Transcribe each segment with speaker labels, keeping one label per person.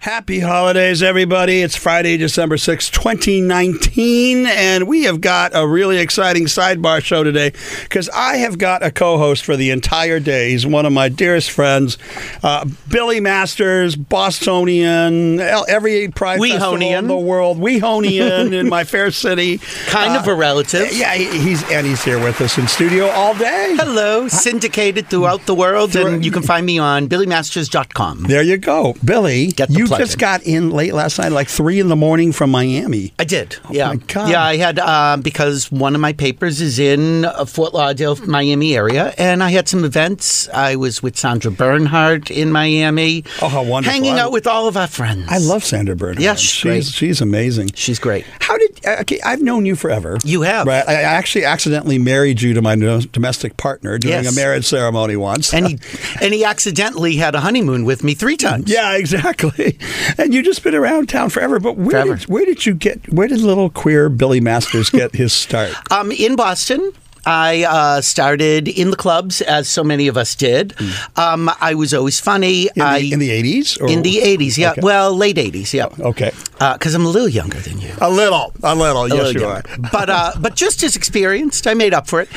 Speaker 1: Happy holidays, everybody. It's Friday, December sixth, 2019, and we have got a really exciting sidebar show today because I have got a co host for the entire day. He's one of my dearest friends, uh, Billy Masters, Bostonian, el- every pride festival in
Speaker 2: Weehonian.
Speaker 1: the world, Weehonian in my fair city. Uh,
Speaker 2: Kind of a relative.
Speaker 1: Yeah, he- he's and he's here with us in studio all day.
Speaker 2: Hello, syndicated throughout the world, and you can find me on BillyMasters.com.
Speaker 1: There you go, Billy.
Speaker 2: Get the
Speaker 1: you
Speaker 2: plug
Speaker 1: just
Speaker 2: in.
Speaker 1: got in late last night, like three in the morning from Miami.
Speaker 2: I did. yeah.
Speaker 1: Oh, my God.
Speaker 2: Yeah, I had uh, because one of my papers is in uh, Fort Lauderdale, Miami area, and I had some events. I was with Sandra Bernhardt in Miami.
Speaker 1: Oh, how wonderful.
Speaker 2: Hanging
Speaker 1: I-
Speaker 2: out with all of our friends.
Speaker 1: I love Sandra Bernhard.
Speaker 2: Yeah,
Speaker 1: she's
Speaker 2: she's great.
Speaker 1: she's amazing.
Speaker 2: She's great.
Speaker 1: How did uh, okay? I've known you forever.
Speaker 2: You have.
Speaker 1: Right. I I actually accidentally married you to my no- domestic partner during
Speaker 2: Yes.
Speaker 1: a marriage ceremony once.
Speaker 2: And he and he accidentally had a honeymoon with me three times.
Speaker 1: yeah, exactly. And you just been around town forever. But where
Speaker 2: Forever.
Speaker 1: did where did you get? Where did little queer Billy Masters get his start?
Speaker 2: Um, in Boston, I uh, started in the clubs, as so many of us did. Um, I was always funny.
Speaker 1: Hmm. In
Speaker 2: I,
Speaker 1: the- in the eighties?
Speaker 2: in the 80s, yeah.
Speaker 1: Okay.
Speaker 2: Well, late 80s, yeah.
Speaker 1: Okay.
Speaker 2: Because I'm a little younger than you.
Speaker 1: A little, a little.
Speaker 2: A
Speaker 1: yes,
Speaker 2: little
Speaker 1: you
Speaker 2: younger.
Speaker 1: are.
Speaker 2: but uh, but just as experienced, I made up for it.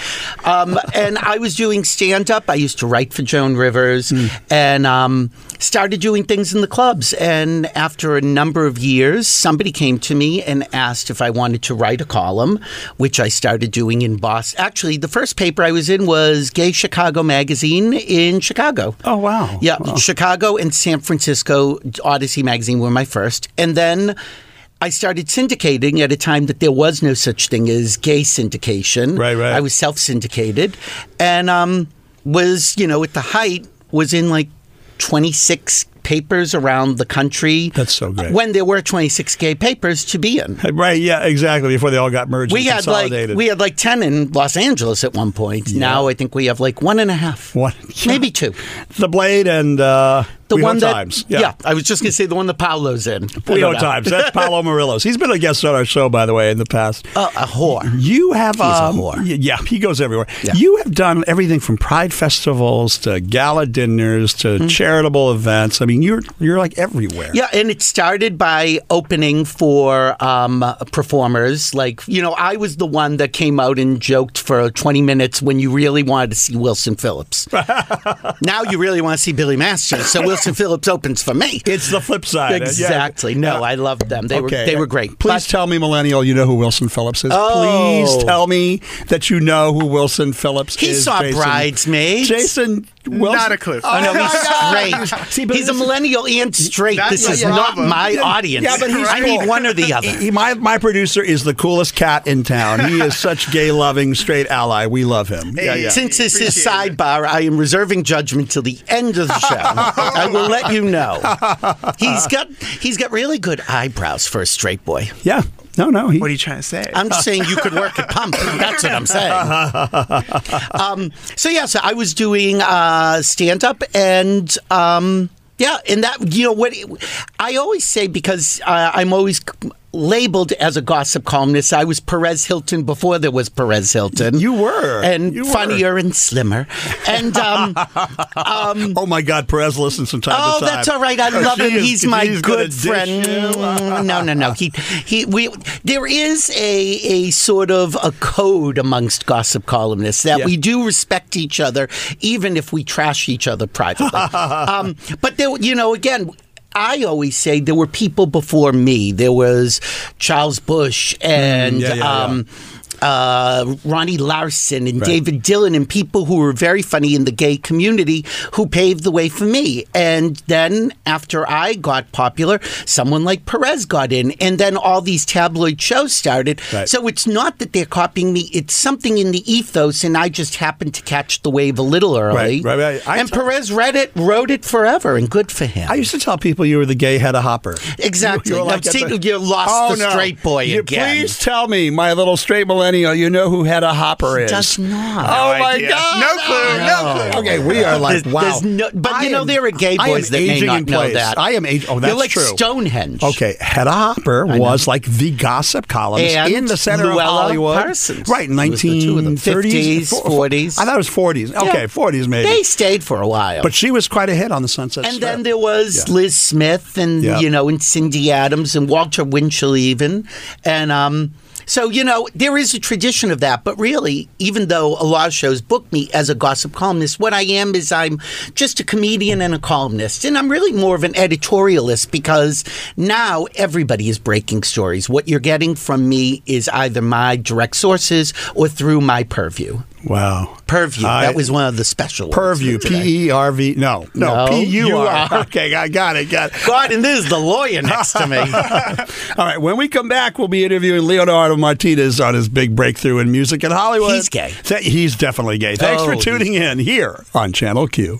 Speaker 2: Um, and I was doing stand up. I used to write for Joan Rivers, and um, started doing things in the clubs. And after a number of years, somebody came to me and asked if I wanted to write a column, which I started doing in Boston. Actually, the first paper I was in was Gay Chicago Magazine in Chicago.
Speaker 1: Oh wow.
Speaker 2: Yeah, Chicago and San Francisco Odyssey magazine were my first, and then I started syndicating at a time that there was no such thing as gay syndication.
Speaker 1: Right, right.
Speaker 2: I was self syndicated, and um, was you know at the height was in like twenty six papers around the country.
Speaker 1: That's so great.
Speaker 2: When there were twenty six gay papers to be in.
Speaker 1: Right. Yeah. Exactly. Before they all got merged
Speaker 2: We
Speaker 1: and
Speaker 2: had like
Speaker 1: consolidated.
Speaker 2: we had like ten in Los Angeles at one point. Now I think we have like one and a half,
Speaker 1: One-
Speaker 2: maybe two.
Speaker 1: the blade and uh,
Speaker 2: The
Speaker 1: We
Speaker 2: one
Speaker 1: Hunt
Speaker 2: that,
Speaker 1: times.
Speaker 2: I was just gonna say the one that Paolo's in.
Speaker 1: We
Speaker 2: No
Speaker 1: know times. That's Paolo Murillo's. He's been a guest on our show, by the way, in the past.
Speaker 2: Uh, a whore.
Speaker 1: You have
Speaker 2: a
Speaker 1: um,
Speaker 2: whore.
Speaker 1: y- Yeah, he goes everywhere.
Speaker 2: Yeah.
Speaker 1: You have done everything from pride festivals to gala dinners to
Speaker 2: Hmm.
Speaker 1: charitable events. I mean, you're you're like everywhere.
Speaker 2: Yeah, and it started by opening for um, performers. Like, you know, I was the one that came out and joked for 20 minutes when you really wanted to see Wilson Phillips. now you really want to see Billy Masters, so Wilson Phillips opens for me.
Speaker 1: It's the flip side. Yeah.
Speaker 2: Exactly. No, I loved them. They
Speaker 1: Okay.
Speaker 2: were they were great.
Speaker 1: Please
Speaker 2: But-
Speaker 1: tell me, millennial, you know who Wilson Phillips is.
Speaker 2: Oh.
Speaker 1: Please tell me that you know who Wilson Phillips
Speaker 2: He
Speaker 1: is.
Speaker 2: saw
Speaker 1: Jason.
Speaker 2: Bridesmaids.
Speaker 1: Jason Wilson.
Speaker 3: Not a clue.
Speaker 2: Oh, no, he's straight.
Speaker 1: See, but
Speaker 2: he's a
Speaker 1: this is-
Speaker 2: millennial and straight.
Speaker 3: That's
Speaker 2: This
Speaker 3: the
Speaker 2: is not
Speaker 3: problem.
Speaker 2: my audience.
Speaker 1: Yeah, but he's
Speaker 2: I
Speaker 1: cool.
Speaker 2: need one or the other.
Speaker 1: He- my my producer is the coolest cat in town. He is such gay loving straight ally. We love him. Yeah, yeah.
Speaker 2: Since this is
Speaker 3: Appreciate
Speaker 2: sidebar, I am reserving judgment till the end of the show. I will let you know. He's got he's got really good eyebrows for a straight boy.
Speaker 1: Yeah. No, no. He,
Speaker 3: What are you trying to say?
Speaker 2: I'm just saying you could work at Pump. That's what I'm saying. Um, so yeah, so I was doing uh, stand up and. Um, yeah, and that you know what I always say because uh, I'm always labeled as a gossip columnist. I was Perez Hilton before there was Perez Hilton.
Speaker 1: You were.
Speaker 2: and
Speaker 1: You were.
Speaker 2: funnier and slimmer, and um,
Speaker 1: oh my God, Perez listens from time
Speaker 2: Oh,
Speaker 1: to time.
Speaker 2: that's all right. I
Speaker 1: Oh,
Speaker 2: love
Speaker 1: she
Speaker 2: him.
Speaker 1: is-
Speaker 2: He's my
Speaker 1: gonna
Speaker 2: good
Speaker 1: dish
Speaker 2: friend.
Speaker 1: you.
Speaker 2: Mm, no, no, no. He he. We there is a a sort of a code amongst gossip columnists that
Speaker 1: Yeah.
Speaker 2: we do respect each other, even if we trash each other privately. um, but there, you know, again. I always say there were people before me. There was Charles Bush and
Speaker 1: Mm, yeah, yeah, yeah.
Speaker 2: um, uh, Ronnie Larson and David Dillon and people who were very funny in the gay community who paved the way for me. And then after I got popular, someone like Perez got in, and then all these tabloid shows started.
Speaker 1: Right.
Speaker 2: So it's not that they're copying me; it's something in the ethos, and I just happened to catch the wave a little early.
Speaker 1: right, right. I
Speaker 2: and
Speaker 1: t-
Speaker 2: Perez read it, wrote it forever, and good for him.
Speaker 1: I used to tell people you were the gay head of Hopper.
Speaker 2: Exactly.
Speaker 1: You, were
Speaker 2: Now,
Speaker 1: like at
Speaker 2: see,
Speaker 1: the-
Speaker 2: you lost
Speaker 1: Oh,
Speaker 2: the
Speaker 1: no.
Speaker 2: straight boy
Speaker 1: You-
Speaker 2: again.
Speaker 1: Please tell me, my little straight millennial, you know who Hedda Hopper is?
Speaker 2: Does not.
Speaker 1: Oh
Speaker 3: No
Speaker 1: my
Speaker 3: idea.
Speaker 1: God!
Speaker 3: No clue, no No. clue.
Speaker 1: Okay, we are like
Speaker 2: There's-
Speaker 1: wow.
Speaker 2: there's no- but
Speaker 1: I
Speaker 2: you know
Speaker 1: am-
Speaker 2: there are gay
Speaker 1: I am
Speaker 2: boys that may
Speaker 1: aging
Speaker 2: not
Speaker 1: in
Speaker 2: know
Speaker 1: place.
Speaker 2: that.
Speaker 1: I am aging. Oh, that's
Speaker 2: You're like
Speaker 1: true.
Speaker 2: Stonehenge.
Speaker 1: Okay, Hedda Hopper was like the gossip columnist
Speaker 2: And
Speaker 1: in the center
Speaker 2: Luella
Speaker 1: of Hollywood,
Speaker 2: Parsons
Speaker 1: right?
Speaker 2: was the two of them.
Speaker 1: 1930s,
Speaker 2: 50s, 40s.
Speaker 1: I thought it was 40s. Okay, 40s maybe.
Speaker 2: They stayed for a while.
Speaker 1: but she was quite a hit on the Sunset
Speaker 2: and
Speaker 1: Strip.
Speaker 2: then there was
Speaker 1: Yeah.
Speaker 2: Liz Smith and
Speaker 1: Yeah.
Speaker 2: you know and Cindy Adams and Walter Winchell even and um so you know there is a tradition of that but really even though a lot of shows book me as a gossip columnist what I am is I'm just a comedian and a columnist and I'm really more of an editorialist because now everybody is breaking stories what you're getting from me is either my direct sources or through my purview
Speaker 1: wow,
Speaker 2: purview
Speaker 1: I-
Speaker 2: that was one of the special words for
Speaker 1: Purview,
Speaker 2: today.
Speaker 1: P E R V. No, no,
Speaker 2: No,
Speaker 1: P U
Speaker 2: you
Speaker 1: R.
Speaker 2: are.
Speaker 1: Okay, I got it. Got it.
Speaker 2: God, and this is the lawyer next to me.
Speaker 1: All right, when we come back, we'll be interviewing Leonardo Martinez on his big breakthrough in music in Hollywood.
Speaker 2: He's gay.
Speaker 1: Th- he's definitely gay. Thanks
Speaker 2: Oh,
Speaker 1: for
Speaker 2: he's
Speaker 1: tuning in here on Channel Q.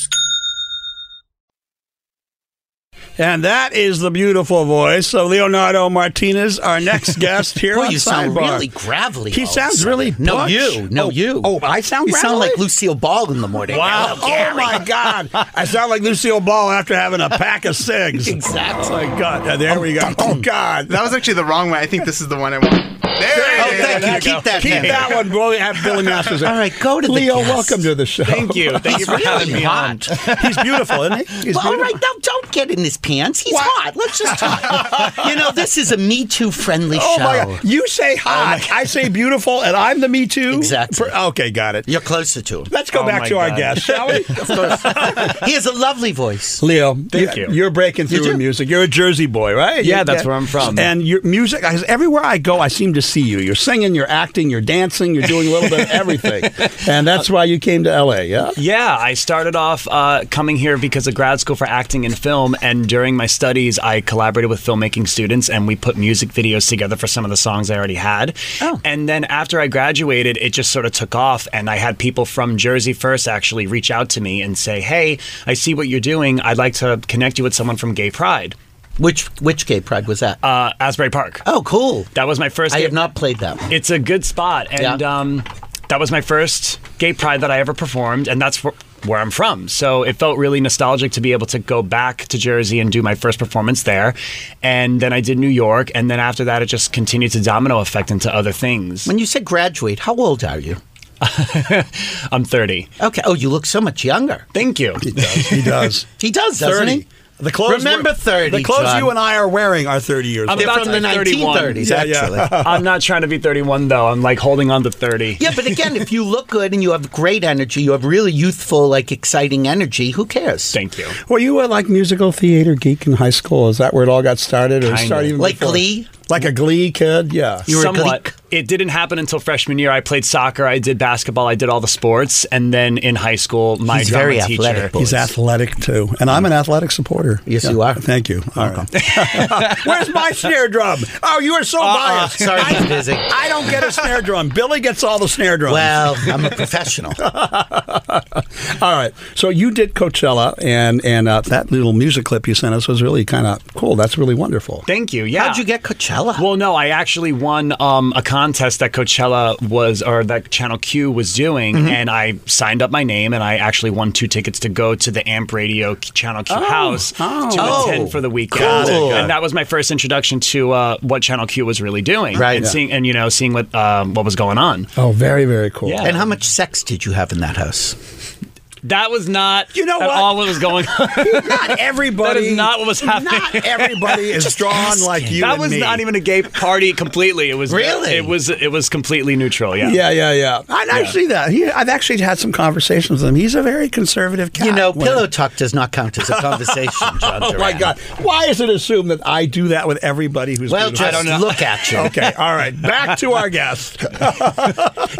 Speaker 1: And that is the beautiful voice of Leonardo Martinez, our next guest here
Speaker 2: Boy,
Speaker 1: on
Speaker 2: you sound
Speaker 1: Sidebar.
Speaker 2: really gravelly.
Speaker 1: He
Speaker 2: all of a
Speaker 1: sounds
Speaker 2: sudden.
Speaker 1: really
Speaker 2: No,
Speaker 1: butch.
Speaker 2: you. No,
Speaker 1: Oh,
Speaker 2: you.
Speaker 1: oh, I sound
Speaker 2: You sound
Speaker 1: gravelly?
Speaker 2: like Lucille Ball in the morning.
Speaker 1: Wow.
Speaker 2: Hello,
Speaker 1: Oh,
Speaker 2: Gary.
Speaker 1: my God. I sound like Lucille Ball after having a pack of cigs.
Speaker 2: Exactly.
Speaker 1: Oh, my God. Uh, There we go. Oh, God.
Speaker 3: That was actually the wrong one. I think this is the one I want. There,
Speaker 1: There it
Speaker 3: it is.
Speaker 1: is.
Speaker 2: thank you.
Speaker 1: There
Speaker 2: Keep
Speaker 1: go.
Speaker 2: that
Speaker 1: Keep
Speaker 2: there.
Speaker 1: that one. We'll have Billy Masters. in.
Speaker 2: All right, go to the
Speaker 1: Leo,
Speaker 2: guest.
Speaker 1: welcome to the show.
Speaker 3: Thank you. Thank
Speaker 2: He's
Speaker 3: you for having
Speaker 2: really
Speaker 3: me on.
Speaker 2: hot.
Speaker 1: He's beautiful, isn't he? He's
Speaker 2: Well, all
Speaker 1: beautiful.
Speaker 2: right, now don't get in his pants. He's hot. Let's just talk. you know, this is a Me Too friendly
Speaker 1: Oh
Speaker 2: show. Oh,
Speaker 1: my God! You say hot, I say beautiful, and I'm the Me Too.
Speaker 2: Exactly.
Speaker 1: Per- Okay, got it.
Speaker 2: You're closer to him.
Speaker 1: Let's go
Speaker 3: Oh
Speaker 1: back
Speaker 3: my
Speaker 1: to our
Speaker 3: God.
Speaker 1: guest, shall we?
Speaker 2: He has a lovely voice.
Speaker 1: Leo,
Speaker 4: Thank
Speaker 1: you-
Speaker 4: you.
Speaker 1: You're breaking through in music. You're a Jersey boy, right?
Speaker 4: Yeah,
Speaker 1: You're-
Speaker 4: that's where I'm from.
Speaker 1: And your music, I- everywhere I go, I seem to see you. You're singing, you're acting, you're dancing, you're doing a little bit of everything. And that's why you came to LA, yeah?
Speaker 4: Yeah, I started off uh, coming here because of grad school for acting and film, and during my studies, I collaborated with filmmaking students, and we put music videos together for some of the songs I already had.
Speaker 2: Oh.
Speaker 4: And then after I graduated, it just sort of took off, and I had people from Jersey first actually reach out to me and say, "Hey, I see what you're doing. I'd like to connect you with someone from Gay Pride,
Speaker 2: Which which gay pride was that?
Speaker 4: uh, Asbury Park."
Speaker 2: oh, cool.
Speaker 4: That was my first.
Speaker 2: I
Speaker 4: gay-
Speaker 2: have not played that. one.
Speaker 4: It's a good spot, and
Speaker 2: Yeah.
Speaker 4: um, that was my first gay pride that I ever performed, and that's wh- where I'm from. So it felt really nostalgic to be able to go back to Jersey and do my first performance there, and then I did New York, and then after that, it just continued to domino effect into other things.
Speaker 2: When you said graduate, how old are you?
Speaker 4: I'm 30.
Speaker 2: Okay. Oh, you look so much younger.
Speaker 4: Thank you.
Speaker 1: He does.
Speaker 2: He does, doesn't
Speaker 1: 30.
Speaker 2: he?
Speaker 1: The clothes.
Speaker 2: Remember
Speaker 1: we're-
Speaker 2: 30,
Speaker 1: The clothes
Speaker 2: John.
Speaker 1: you and I are wearing are 30 years
Speaker 4: I'm
Speaker 1: old.
Speaker 4: about
Speaker 2: They're from the
Speaker 4: to be 31.
Speaker 2: 1930s,
Speaker 1: Yeah, yeah.
Speaker 2: actually.
Speaker 4: I'm not trying to be 31 though. I'm like holding on to 30.
Speaker 2: Yeah, but again, if you look good and you have great energy, you have really youthful, like exciting energy. Who cares?
Speaker 4: Thank you.
Speaker 1: Were you a like musical theater geek in high school? Is that where it all got started, or
Speaker 4: Kinda.
Speaker 1: started even
Speaker 2: Like
Speaker 1: before?
Speaker 2: Glee?
Speaker 1: Like a Glee kid, yeah.
Speaker 2: were a
Speaker 4: Uh, Somewhat.
Speaker 2: Greek.
Speaker 4: It didn't happen until freshman year. I played soccer. I did basketball. I did all the sports, and then in high school, my
Speaker 2: He's
Speaker 4: drama
Speaker 2: very
Speaker 4: teacher.
Speaker 2: athletic, boy.
Speaker 1: He's athletic too, and I'm an athletic supporter.
Speaker 2: Yes, you are.
Speaker 1: Thank you. All right. Where's my snare drum? Oh, you are so
Speaker 2: Uh-uh.
Speaker 1: biased.
Speaker 2: Sorry,
Speaker 1: I,
Speaker 2: I'm busy.
Speaker 1: I don't get a snare drum. Billy gets all the snare drums.
Speaker 2: Well, I'm a professional.
Speaker 1: All right. So you did Coachella, and and uh, that little music clip you sent us was really kind of cool. That's really wonderful.
Speaker 4: Thank you. Yeah.
Speaker 2: How'd you get Coachella?
Speaker 4: Well, no, I actually won um, a contest that Coachella was, or that Channel Q was doing,
Speaker 2: Mm-hmm.
Speaker 4: and I signed up my name, and I actually won two tickets to go to the Amp Radio Q- Channel Q house to
Speaker 2: Oh.
Speaker 4: attend for the weekend.
Speaker 2: Got it, got it.
Speaker 4: And that was my first introduction to uh, what Channel Q was really doing,
Speaker 2: Right.
Speaker 4: And
Speaker 2: Yeah.
Speaker 4: seeing, and you know, seeing what um, what was going on.
Speaker 1: Oh, very very cool.
Speaker 4: Yeah.
Speaker 2: and how much sex did you have in that house?
Speaker 4: That was not,
Speaker 1: You know
Speaker 4: at
Speaker 1: what?
Speaker 4: all what was going on.
Speaker 1: Not everybody.
Speaker 4: That is not what was happening.
Speaker 1: Not everybody is drawn like you.
Speaker 4: that
Speaker 1: and
Speaker 4: was
Speaker 1: me.
Speaker 4: not even a gay party completely. It was
Speaker 2: Really?
Speaker 4: It was it was completely neutral. Yeah.
Speaker 1: Yeah, yeah, yeah. I, I see that. He, I've actually had some conversations with him. He's a very conservative cat.
Speaker 2: You know,
Speaker 1: when-
Speaker 2: pillow talk does not count as a conversation, John
Speaker 1: Oh my
Speaker 2: Duran.
Speaker 1: God! Why is it assumed that I do that with everybody who's
Speaker 2: Well,
Speaker 1: beautiful?
Speaker 2: just look at you.
Speaker 1: okay, all right. Back to our guest.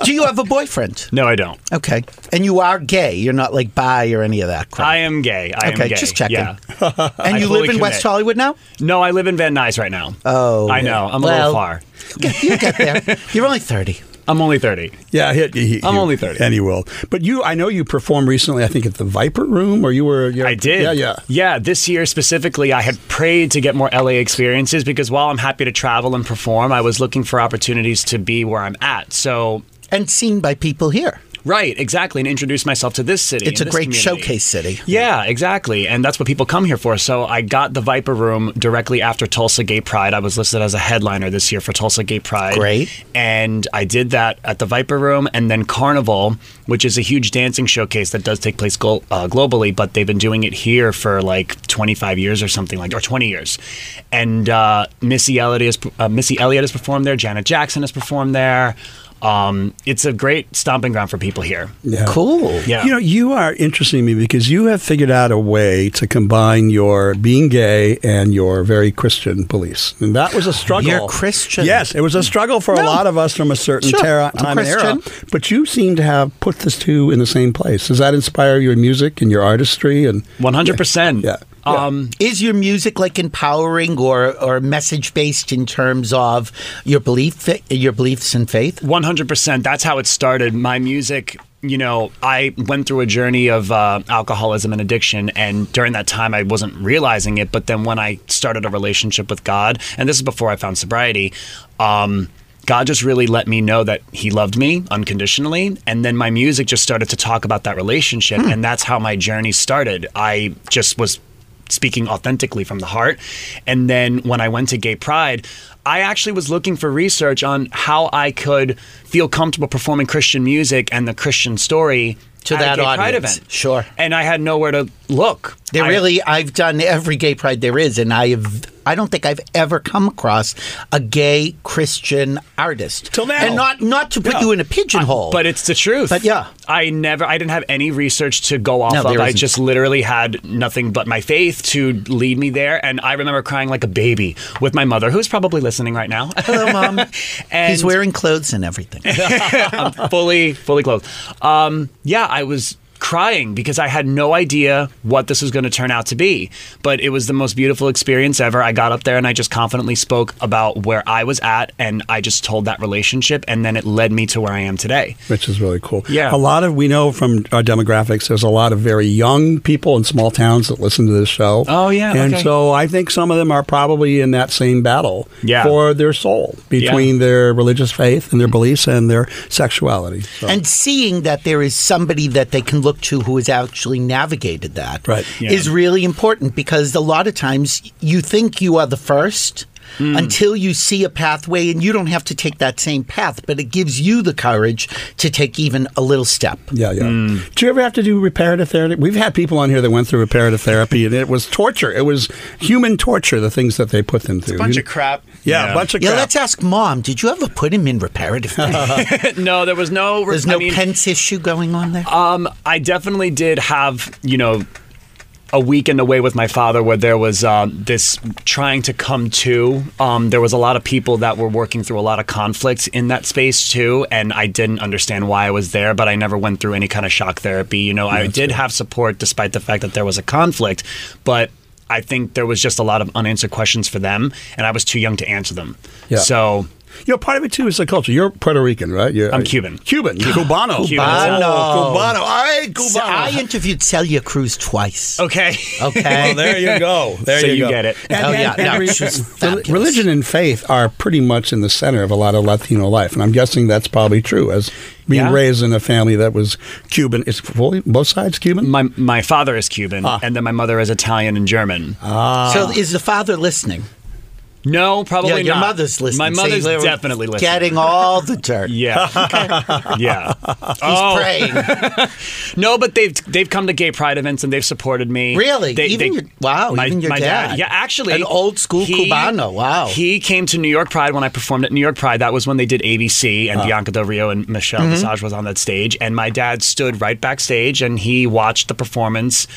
Speaker 2: Do you have a boyfriend?
Speaker 4: No, I don't.
Speaker 2: Okay. And you are gay. You're not like bi or any of that crap.
Speaker 4: I am gay. I
Speaker 2: Okay,
Speaker 4: am gay.
Speaker 2: just checking.
Speaker 4: Yeah.
Speaker 2: and
Speaker 4: I
Speaker 2: you
Speaker 4: fully
Speaker 2: live in West
Speaker 4: commit.
Speaker 2: Hollywood now?
Speaker 4: No, I live in Van Nuys right now.
Speaker 2: Oh.
Speaker 4: I know. I'm a
Speaker 2: Well-
Speaker 4: little far.
Speaker 2: Okay, you get there. You're only 30.
Speaker 4: I'm only 30.
Speaker 1: Yeah, he, he,
Speaker 4: I'm
Speaker 1: he-
Speaker 4: only 30.
Speaker 1: and he will. But you, I know you performed recently. I think at the Viper Room, or you were. you
Speaker 4: I did.
Speaker 1: Yeah, yeah.
Speaker 4: Yeah, this year specifically, I had prayed to get more LA experiences because while I'm happy to travel and perform, I was looking for opportunities to be where I'm at. So,
Speaker 2: And seen by people here.
Speaker 4: right, exactly, and introduce myself to this city.
Speaker 2: It's a
Speaker 4: and this
Speaker 2: great
Speaker 4: community.
Speaker 2: showcase city.
Speaker 4: Yeah, exactly. And that's what people come here for. So I got the Viper Room directly after Tulsa Gay Pride. I was listed as a headliner this year for Tulsa Gay Pride.
Speaker 2: Great.
Speaker 4: And I did that at the Viper Room and then Carnival, which is a huge dancing showcase that does take place glo- uh, globally, but they've been doing it here for like 25 years or something like or 20 years. And uh, Missy Elliott is uh, Missy Elliott has performed there, Janet Jackson has performed there. Um, it's a great stomping ground for people here.
Speaker 1: Yeah.
Speaker 2: Cool.
Speaker 4: Yeah.
Speaker 1: You know, you are interesting to me because you have figured out a way to combine your being gay and your very Christian beliefs. And that was a struggle.
Speaker 2: You're Christian.
Speaker 1: Yes, it was a struggle for a lot of us from a certain
Speaker 2: Sure,
Speaker 1: terra-
Speaker 2: I'm
Speaker 1: time and era.
Speaker 2: Christian.
Speaker 1: But you seem to have put the two in the same place. Does that inspire your music and your artistry? And
Speaker 4: 100%.
Speaker 1: Yeah. Yeah.
Speaker 4: Um,
Speaker 2: Is your music like empowering or, or message based in terms of your belief, your beliefs and faith?
Speaker 4: One hundred percent. That's how it started. My music, you know, I went through a journey of uh, alcoholism and addiction, and during that time, I wasn't realizing it. But then when I started a relationship with God, and this is before I found sobriety, um, God just really let me know that He loved me unconditionally, and then my music just started to talk about that relationship,
Speaker 2: Hmm.
Speaker 4: and that's how my journey started. I just was speaking authentically from the heart. And then when I went to Gay Pride, I actually was looking for research on how I could feel comfortable performing Christian music and the Christian story
Speaker 2: To
Speaker 4: at
Speaker 2: that
Speaker 4: a Gay Pride
Speaker 2: audience.
Speaker 4: event.
Speaker 2: Sure.
Speaker 4: And I had nowhere to look.
Speaker 2: They
Speaker 4: I-
Speaker 2: really, I've done every gay pride there is, and I have. I don't think I've ever come across a gay Christian artist
Speaker 1: Till now.
Speaker 2: and not not to put
Speaker 4: Yeah.
Speaker 2: you in a pigeonhole,
Speaker 4: But it's the truth.
Speaker 2: But yeah.
Speaker 4: I never, I didn't have any research to go off
Speaker 2: No,
Speaker 4: of.
Speaker 2: there
Speaker 4: I
Speaker 2: isn't.
Speaker 4: just literally had nothing but my faith to lead me there. And I remember crying like a baby with my mother, who's probably listening right now.
Speaker 2: Hello, Mom.
Speaker 4: and
Speaker 2: he's wearing clothes and everything.
Speaker 4: I'm fully, fully clothed. Um, yeah, I was crying because I had no idea what this was going to turn out to be. But it was the most beautiful experience ever. I got up there and I just confidently spoke about where I was at and I just told that relationship and then it led me to where I am today.
Speaker 1: which is really cool.
Speaker 4: Yeah.
Speaker 1: A lot of, we know from our demographics, there's a lot of very young people in small towns that listen to this show.
Speaker 4: Oh, yeah,
Speaker 1: And
Speaker 4: okay.
Speaker 1: so I think some of them are probably in that same battle
Speaker 4: Yeah.
Speaker 1: for their soul between their religious faith and their beliefs and their sexuality. So-
Speaker 2: And seeing that there is somebody that they can look to who has actually navigated that is
Speaker 1: Right.
Speaker 4: Yeah.
Speaker 2: really important because a lot of times you think you are the first
Speaker 1: Hmm.
Speaker 2: until you see a pathway, and you don't have to take that same path, but it gives you the courage to take even a little step.
Speaker 1: Yeah, yeah. Do you ever have to do reparative therapy? We've had people on here that went through reparative therapy, and it was torture. It was human torture. The things that they put them through.
Speaker 3: a bunch of crap.
Speaker 1: yeah, a bunch of
Speaker 2: Yeah,
Speaker 1: crap.
Speaker 2: let's ask mom. Did you ever put him in reparative?
Speaker 4: no, there was no.
Speaker 2: There's
Speaker 4: I
Speaker 2: no
Speaker 4: mean,
Speaker 2: Pence issue going on there.
Speaker 4: Um, I definitely did have, you know, a weekend away with my father where there was um, this trying to come to. Um, there was a lot of people that were working through a lot of conflict in that space too, and I didn't understand why I was there, but I never went through any kind of shock therapy. You know, I did have support despite the fact that there was a conflict, but. I think there was just a lot of unanswered questions for them, and I was too young to answer them.
Speaker 1: Yeah.
Speaker 4: So
Speaker 1: you know, part of it too is the culture. You're Puerto Rican, right? You're,
Speaker 4: I'm Cuban.
Speaker 1: Cuban. You're Cubano.
Speaker 4: Cuban.
Speaker 1: Oh, Cubano. All right, Cubano.
Speaker 2: So I interviewed Celia Cruz twice.
Speaker 4: okay,
Speaker 2: Okay.
Speaker 1: Well, there you go. There
Speaker 4: So
Speaker 1: you,
Speaker 4: you
Speaker 1: go.
Speaker 4: get it.
Speaker 1: And,
Speaker 2: Oh,
Speaker 1: and-
Speaker 2: yeah.
Speaker 1: and
Speaker 2: No,
Speaker 1: re-
Speaker 2: she's
Speaker 1: rel-
Speaker 2: fabulous.
Speaker 1: religion and faith are pretty much in the center of a lot of Latino life, and I'm guessing that's probably true. As being
Speaker 4: Yeah.
Speaker 1: raised in a family that was Cuban, is fully- both sides Cuban? Ah.
Speaker 4: my my father is Cuban, and then my mother is Italian and German.
Speaker 2: so is the father listening?
Speaker 4: Ah. No, probably
Speaker 2: yeah, your
Speaker 4: not.
Speaker 2: mother's listening.
Speaker 4: My
Speaker 2: so
Speaker 4: mother's
Speaker 2: you're
Speaker 4: definitely listening.
Speaker 2: Getting all the dirt.
Speaker 4: yeah, yeah.
Speaker 2: He's
Speaker 4: Oh.
Speaker 2: praying.
Speaker 4: No, but they've they've come to gay pride events and they've supported me.
Speaker 2: Really?
Speaker 4: They-
Speaker 2: Even
Speaker 4: they-
Speaker 2: your- wow,
Speaker 4: my,
Speaker 2: even your
Speaker 4: my
Speaker 2: dad.
Speaker 4: Yeah, actually,
Speaker 2: An old school Cubano, wow.
Speaker 4: He came to New York Pride when I performed at New York Pride. That was when they did ABC
Speaker 2: Uh-huh.
Speaker 4: and Bianca Del Rio and
Speaker 2: Mm-hmm.
Speaker 4: Michelle Visage was on that stage, and my dad stood right backstage and he watched the performance,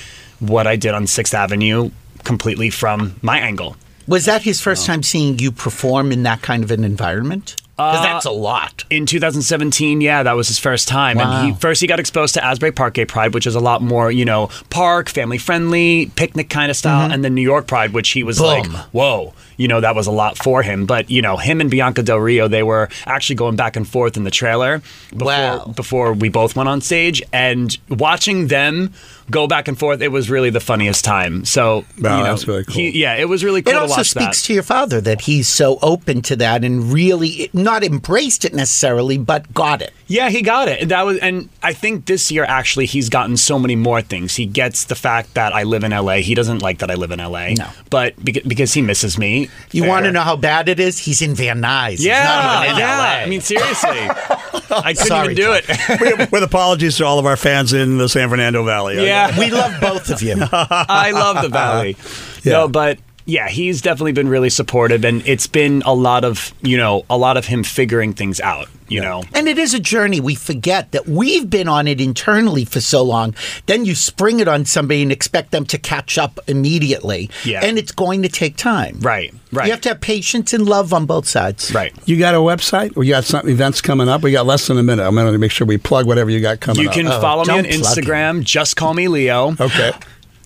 Speaker 4: what I did on Sixth Avenue, completely from my angle. Oh.
Speaker 2: Was that his first time seeing you perform in that kind of an environment? Because that's a lot.
Speaker 4: Uh, in 2017 yeah that was his first time and
Speaker 2: Wow.
Speaker 4: he first he got exposed to asbury park gay pride which is a lot more you know park family friendly picnic kind of style and then new york pride which he was like
Speaker 2: Mm-hmm. Boom.
Speaker 4: whoa you know that was a lot for him but you know him and bianca del rio they were actually going back and forth in the trailer before,
Speaker 2: Wow.
Speaker 4: before we both went on stage and watching them go back and forth it was really the funniest time so
Speaker 1: Wow,
Speaker 4: you know,
Speaker 1: that's really cool.
Speaker 4: he- yeah it was really cool
Speaker 2: It
Speaker 4: to
Speaker 2: also
Speaker 4: watch that.
Speaker 2: speaks to your father that he's so open to that and really not embraced it necessarily, but got it.
Speaker 4: Yeah, he got it. And That was, and I think this year actually he's gotten so many more things. He gets the fact that I live in LA. He doesn't like that I live in LA.
Speaker 2: No.
Speaker 4: but beca- because he misses me.
Speaker 2: You
Speaker 4: Fair.
Speaker 2: want to know how bad it is? He's in Van Nuys. He's
Speaker 4: Yeah,
Speaker 2: not even in
Speaker 4: yeah.
Speaker 2: LA.
Speaker 4: I mean, seriously, I couldn't
Speaker 2: Sorry,
Speaker 4: even do it.
Speaker 1: with, with apologies to all of our fans in the San Fernando Valley.
Speaker 4: yeah,
Speaker 2: we love both of you.
Speaker 4: I love the valley.
Speaker 1: Yeah.
Speaker 4: No, but yeah, he's definitely been really supportive, and it's been a lot of you know a lot of him figuring things out. You know,
Speaker 2: And it is a journey. We forget that we've been on it internally for so long. Then you spring it on somebody and expect them to catch up immediately.
Speaker 4: Yeah.
Speaker 2: And it's going to take time.
Speaker 4: right, right,
Speaker 2: You have to have patience and love on both sides.
Speaker 4: right.
Speaker 1: You got a website? We got some events coming up. We got less than a minute. I'm going to make sure we plug whatever you got coming
Speaker 4: You
Speaker 1: up.
Speaker 4: can
Speaker 2: Oh,
Speaker 4: follow me on
Speaker 2: don't plug him.
Speaker 4: Instagram. Just call me Leo.
Speaker 1: okay.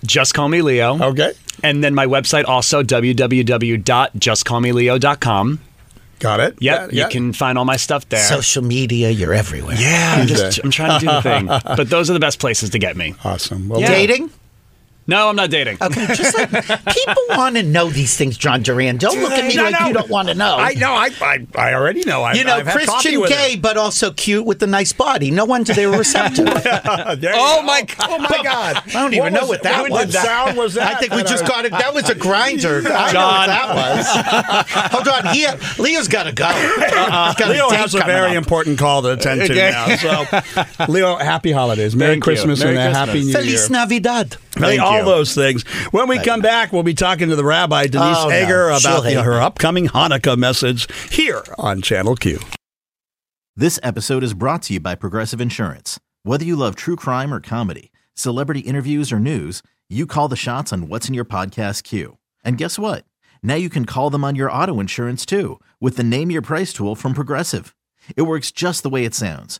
Speaker 4: Just call me Leo.
Speaker 1: Okay.
Speaker 4: And then my website also www.justcallmeleo.com.
Speaker 1: Got it.
Speaker 4: Yep,
Speaker 1: Yeah, yeah.
Speaker 4: you can find all my stuff there.
Speaker 2: Social media, you're everywhere.
Speaker 4: yeah, I'm just
Speaker 1: Okay.
Speaker 4: I'm trying to do the thing. But those are the best places to get me.
Speaker 1: Awesome. Well,
Speaker 4: Yeah.
Speaker 2: Dating?
Speaker 4: No, I'm not dating.
Speaker 2: Okay, just like people want to know these things, John Duran. Don't look at me
Speaker 1: No,
Speaker 2: like
Speaker 1: no.
Speaker 2: you don't want to know.
Speaker 1: I know. I, I, I already know. I,
Speaker 2: You know,
Speaker 1: I've had coffee
Speaker 2: Christian
Speaker 1: with
Speaker 2: gay, but also cute with a nice body. No wonder they were receptive.
Speaker 1: her. There you
Speaker 4: Oh
Speaker 1: go.
Speaker 4: my god.
Speaker 1: Oh my God! I
Speaker 2: don't even know what that
Speaker 1: What
Speaker 2: was.
Speaker 1: sound was that?
Speaker 2: I think we
Speaker 1: that
Speaker 2: just
Speaker 1: I-
Speaker 2: got it. That was a grinder. I know what
Speaker 4: John.
Speaker 2: that was. Hold on. He, Leo's got to go. He's got
Speaker 1: Uh-uh. Leo
Speaker 2: date
Speaker 1: has a
Speaker 2: coming
Speaker 1: very
Speaker 2: up.
Speaker 1: important call to attend to
Speaker 4: Okay.
Speaker 1: now. So, Leo, happy holidays, Merry
Speaker 4: Thank you.
Speaker 1: Christmas,
Speaker 4: Merry
Speaker 1: and a
Speaker 4: Christmas.
Speaker 1: happy New Year.
Speaker 2: Feliz Navidad.
Speaker 1: Really,
Speaker 4: Thank
Speaker 1: all
Speaker 4: you.
Speaker 1: those things. When we come back, we'll be talking to the rabbi Denise
Speaker 2: Oh, no.
Speaker 1: Hager
Speaker 2: She'll
Speaker 1: about the-
Speaker 2: hate
Speaker 1: her upcoming Hanukkah message here on Channel Q.
Speaker 5: This episode is brought to you by Progressive Insurance. Whether you love true crime or comedy, celebrity interviews or news, you call the shots on what's in your podcast queue. And guess what? Now you can call them on your auto insurance too with the Name Your Price tool from Progressive. It works just the way it sounds.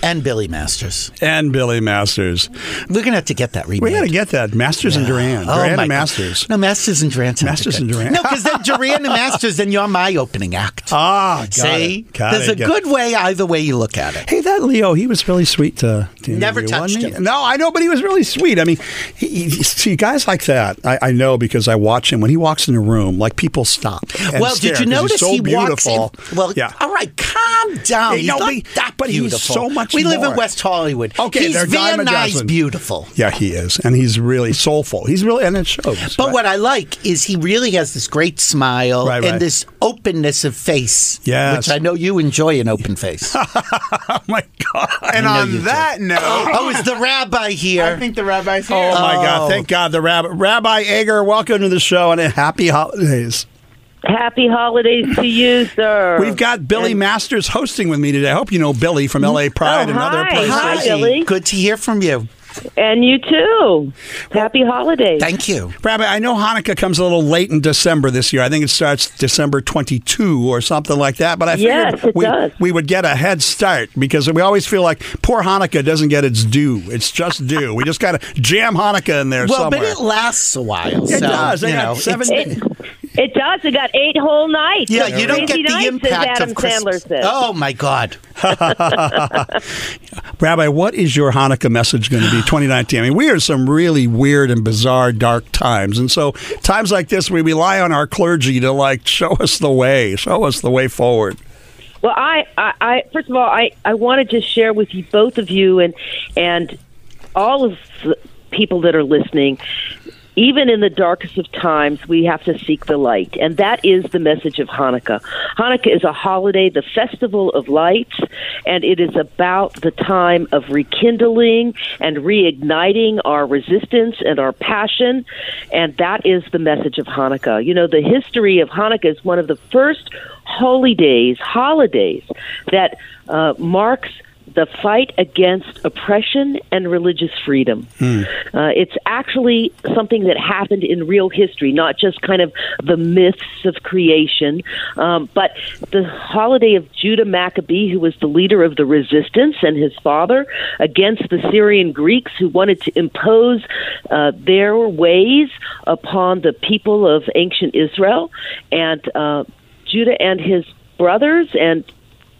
Speaker 2: and Billy Masters.
Speaker 1: and Billy Masters.
Speaker 2: We're gonna have to get that remade. Oh
Speaker 1: We got to get that Masters and Duran. Duran and
Speaker 2: God.
Speaker 1: Masters.
Speaker 2: No, Masters and Duran. sounds
Speaker 1: Masters
Speaker 2: good.
Speaker 1: and Duran.
Speaker 2: No, because then Duran and Masters, then you're my opening act.
Speaker 1: Ah, got
Speaker 2: See,
Speaker 1: it. Got
Speaker 2: there's
Speaker 1: it,
Speaker 2: a
Speaker 1: got it.
Speaker 2: good way either way you look at it.
Speaker 1: Hey, that Leo, he was really sweet to. to
Speaker 2: Never
Speaker 1: interview, wasn't
Speaker 2: touched
Speaker 1: he?
Speaker 2: him.
Speaker 1: No, I know, but he was really sweet. I mean, he, he- see, guys like that, I, I know because I watch him when he walks in a room. Like people stop. and
Speaker 2: well,
Speaker 1: stare
Speaker 2: did you
Speaker 1: 'cause
Speaker 2: notice
Speaker 1: he's so
Speaker 2: he
Speaker 1: beautiful?
Speaker 2: walks in? Well,
Speaker 1: yeah.
Speaker 2: all right, calm down.
Speaker 1: Hey,
Speaker 2: he's
Speaker 1: no,
Speaker 2: not
Speaker 1: but-
Speaker 2: that
Speaker 1: but he's
Speaker 2: beautiful.
Speaker 1: so much
Speaker 2: We live
Speaker 1: more.
Speaker 2: in West Hollywood.
Speaker 1: Okay,
Speaker 2: he's
Speaker 1: they're
Speaker 2: Van
Speaker 1: Diamond
Speaker 2: Nuys
Speaker 1: Johnson.
Speaker 2: beautiful.
Speaker 1: Yeah, he is, and he's really soulful. He's really, and it shows.
Speaker 2: But
Speaker 1: right?
Speaker 2: what I like is he really has this great smile
Speaker 1: Right, right.
Speaker 2: and this openness of face.
Speaker 1: Yes.
Speaker 2: Which I know you enjoy an open face.
Speaker 1: Oh my god!
Speaker 3: And on that note,
Speaker 2: oh, is the rabbi
Speaker 3: I
Speaker 2: here?
Speaker 3: think the rabbi's here.
Speaker 1: Oh my God! Thank God, the Rabbi, Rabbi Egger, welcome to the show and happy holidays.
Speaker 6: Happy holidays to you, sir.
Speaker 1: We've got Billy Masters hosting with me today. I hope you know Billy from L.A. Pride
Speaker 6: Oh,
Speaker 1: and other
Speaker 6: hi.
Speaker 1: places.
Speaker 6: Hi, Billy.
Speaker 2: Good to hear from you.
Speaker 6: and you too. Happy holidays.
Speaker 2: Thank you.
Speaker 1: Rabbi, I know Hanukkah comes a little late in December this year. I think it starts December 22 or something like that. But I
Speaker 6: Yes,
Speaker 1: figured
Speaker 6: it
Speaker 1: we,
Speaker 6: does.
Speaker 1: we would get a head start because we always feel like poor Hanukkah doesn't get its due. It's just due. we just got to jam Hanukkah in there
Speaker 2: Well,
Speaker 1: somewhere.
Speaker 2: but it lasts a while.
Speaker 1: It
Speaker 2: so,
Speaker 1: does. They
Speaker 2: you
Speaker 1: got
Speaker 2: know,
Speaker 1: seven
Speaker 2: it's-
Speaker 1: days.
Speaker 6: It, it does. It got eight whole nights.
Speaker 2: Yeah,
Speaker 6: That's
Speaker 2: you don't
Speaker 6: crazy
Speaker 2: get the
Speaker 6: nights,
Speaker 2: impact
Speaker 6: as Adam
Speaker 2: of Christmas.
Speaker 6: Sandler says.
Speaker 2: Oh my God!
Speaker 1: Rabbi, what is your Hanukkah message going to be 2019? I mean, we are in some really weird and bizarre dark times. And so, times like this, we rely on our clergy to like show us the way, show us the way forward.
Speaker 6: Well, I, I, I first of all, I, I want to just share with you both of you and and all of the people that are listening. Even in the darkest of times, we have to seek the light, and that is the message of Hanukkah. Hanukkah is a holiday, the festival of lights, and it is about the time of rekindling and reigniting our resistance and our passion, and that is the message of Hanukkah. You know, the history of Hanukkah is one of the first holy days, holidays that uh, marks the fight against oppression and religious freedom.
Speaker 1: Mm.
Speaker 6: Uh, it's actually something that happened in real history, not just kind of the myths of creation. Um, but the holiday of Judah Maccabee, who was the leader of the resistance, and his father against the Syrian Greeks who wanted to impose uh, their ways upon the people of ancient Israel. And uh, Judah and his brothers and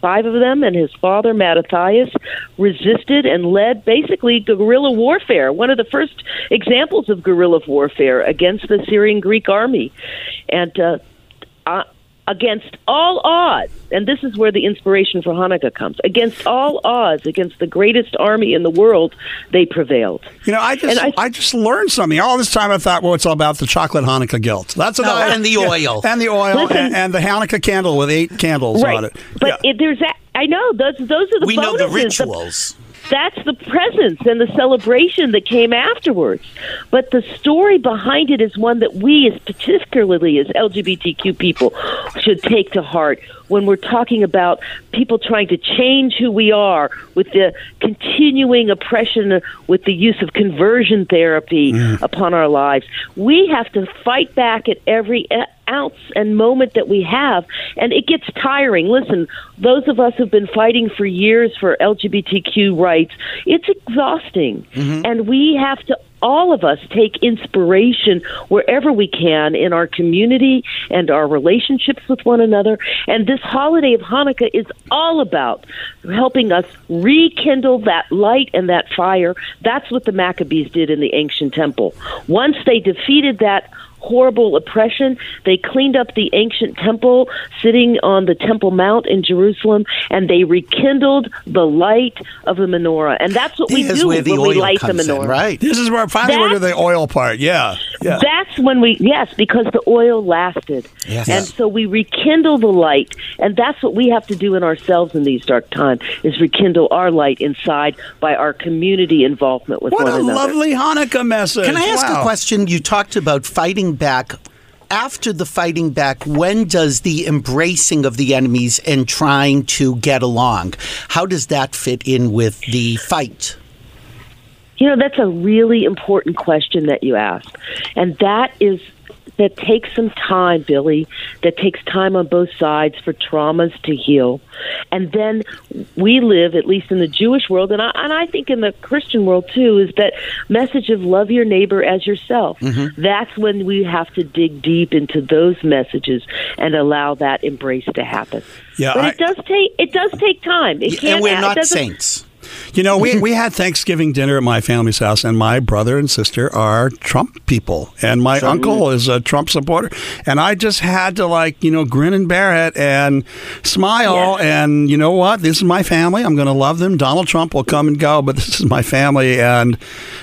Speaker 6: five of them and his father Mattathias resisted and led basically guerrilla warfare, one of the first examples of guerrilla warfare against the Syrian Greek army. And uh, uh, against all odds, and this is where the inspiration for Hanukkah comes. Against all odds, against the greatest army in the world, they prevailed.
Speaker 1: You know, I just I,
Speaker 6: And I-
Speaker 1: just learned something. All this time I thought, well, it's all about the chocolate Hanukkah guilt. That's
Speaker 2: No,
Speaker 1: about
Speaker 2: and the oil.
Speaker 1: and the oil,
Speaker 6: Listen-
Speaker 1: and, and the Hanukkah candle with eight candles on it.
Speaker 6: But
Speaker 1: Yeah.
Speaker 6: it, there's that. I know those. Those are the
Speaker 2: We know the
Speaker 6: bonuses,
Speaker 2: rituals.
Speaker 6: that's the presence and the celebration that came afterwards. But the story behind it is one that we, as particularly as LGBTQ people, should take to heart when we're talking about people trying to change who we are with the continuing oppression with the use of conversion therapy
Speaker 2: Mm.
Speaker 6: upon our lives. We have to fight back at every ounce and moment that we have. And it gets tiring. Listen, those of us who've been fighting for years for LGBTQ rights, it's exhausting. And we have to, all of us, take inspiration wherever we can in our community and our relationships with one another. And this holiday of Hanukkah is all about helping us rekindle that light and that fire. That's what the Maccabees did in the ancient temple. Once they defeated that horrible oppression. They cleaned up the ancient temple sitting on the Temple Mount in Jerusalem, and they rekindled the light of the menorah. And that's what we
Speaker 2: Here's
Speaker 6: do
Speaker 2: where the
Speaker 6: when we
Speaker 2: oil
Speaker 6: light the
Speaker 2: comes in,
Speaker 6: menorah.
Speaker 2: right?
Speaker 1: This is where finally we're to the oil part. Yeah, yeah.
Speaker 6: That's when we yes, because the oil lasted,
Speaker 2: Yes.
Speaker 6: and so we rekindle the light, and that's what we have to do in ourselves in these dark times is rekindle our light inside by our community involvement with
Speaker 1: what
Speaker 6: one
Speaker 1: a
Speaker 6: another.
Speaker 1: lovely Hanukkah message.
Speaker 2: Can I ask
Speaker 1: Wow.
Speaker 2: a question? You talked about fighting back. After the fighting back, when does the embracing of the enemies and trying to get along, how does that fit in with the fight?
Speaker 6: You know, that's a really important question that you ask. And that is that takes some time, Billy, that takes time on both sides for traumas to heal. And then we live, at least in the Jewish world, and I, and I think in the Christian world too, is that message of love your neighbor as yourself.
Speaker 7: Mhm.
Speaker 1: Mm-hmm.
Speaker 6: That's when we have to dig deep into those messages and allow that embrace to happen.
Speaker 1: Yeah,
Speaker 6: but
Speaker 1: I-
Speaker 6: it does take it does take time. It can't, it doesn't-
Speaker 1: You know, we, we had Thanksgiving dinner at my family's house, and my brother and sister are Trump people, and my
Speaker 8: Sure.
Speaker 1: uncle is a Trump supporter, and I just had to like you know grin and bear it and smile, and you know what? This is my family. I'm going to love them. Donald Trump will come and go, but this is my family, and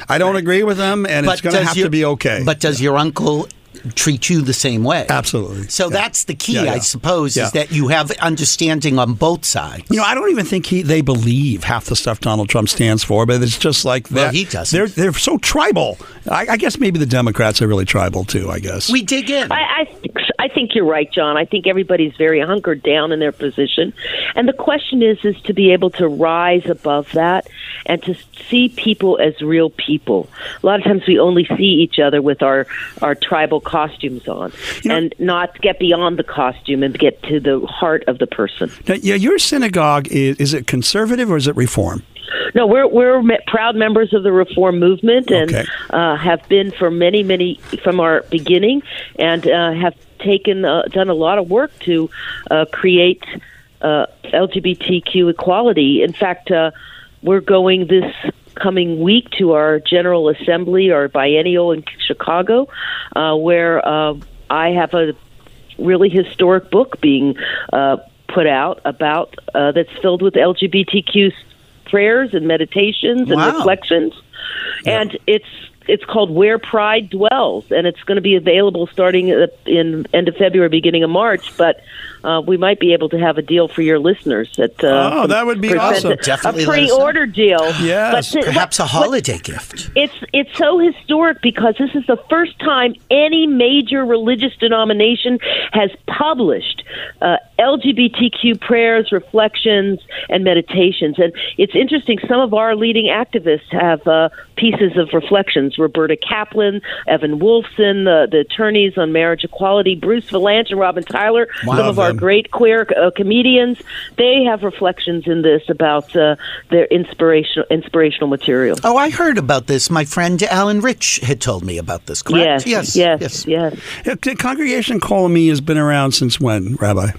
Speaker 1: I don't agree with them, and it's going to
Speaker 2: does
Speaker 1: have
Speaker 2: your-
Speaker 1: to be okay.
Speaker 2: But does your uncle treat you the same way? Absolutely. So that's the key,
Speaker 1: Yeah, yeah.
Speaker 2: I suppose,
Speaker 1: Yeah.
Speaker 2: is that you have understanding on both sides.
Speaker 1: You know, I don't even think he they believe half the stuff Donald Trump stands for, but it's just like that. he doesn't. They're they're so tribal. I, I guess maybe the Democrats are really tribal too. I guess
Speaker 2: we dig in.
Speaker 6: I, I, think, I think you're right, John. I think everybody's very hunkered down in their position, and the question is, is to be able to rise above that and to see people as real people. A lot of times we only see each other with our our tribal costumes on, and not get beyond the costume and get to the heart of the person.
Speaker 1: Now, yeah, your synagogue is is it conservative or is it reform?
Speaker 6: No, we're we're me- proud members of the Reform movement and uh, have been for many many from our beginning, and uh, have taken uh, done a lot of work to uh, create uh, LGBTQ equality. In fact, uh, we're going this coming week to our General Assembly, our biennial in Chicago, uh, where uh, I have a really historic book being uh, put out about uh, that's filled with LGBTQ prayers and meditations and
Speaker 7: Wow.
Speaker 6: reflections, and it's it's called Where Pride Dwells, and it's going to be available starting uh, in end of February, beginning of March. But uh, we might be able to have a deal for your listeners. That uh,
Speaker 2: Oh, that would be
Speaker 6: percent-
Speaker 2: awesome. Definitely
Speaker 6: a
Speaker 2: let us know.
Speaker 6: pre-order deal.
Speaker 2: Yes.
Speaker 6: But to-
Speaker 2: Perhaps a
Speaker 6: what-
Speaker 2: holiday gift.
Speaker 6: it's it's so historic because this is the first time any major religious denomination has published uh, LGBTQ prayers, reflections, and meditations. And it's interesting. Some of our leading activists have uh, pieces of reflections. Roberta Kaplan, Evan Wolfson, the, the attorneys on marriage equality, Bruce Valanche and Robin Tyler.
Speaker 7: Wow.
Speaker 6: some of our
Speaker 7: Them.
Speaker 6: great queer uh, comedians. They have reflections in this about uh, their inspirational inspirational material.
Speaker 2: Oh, I heard about this. My friend Alan Rich had told me about this, correct?
Speaker 6: Yes, yes, yes. yes.
Speaker 1: Yeah, the Congregation Colony has been around since when, Rabbi?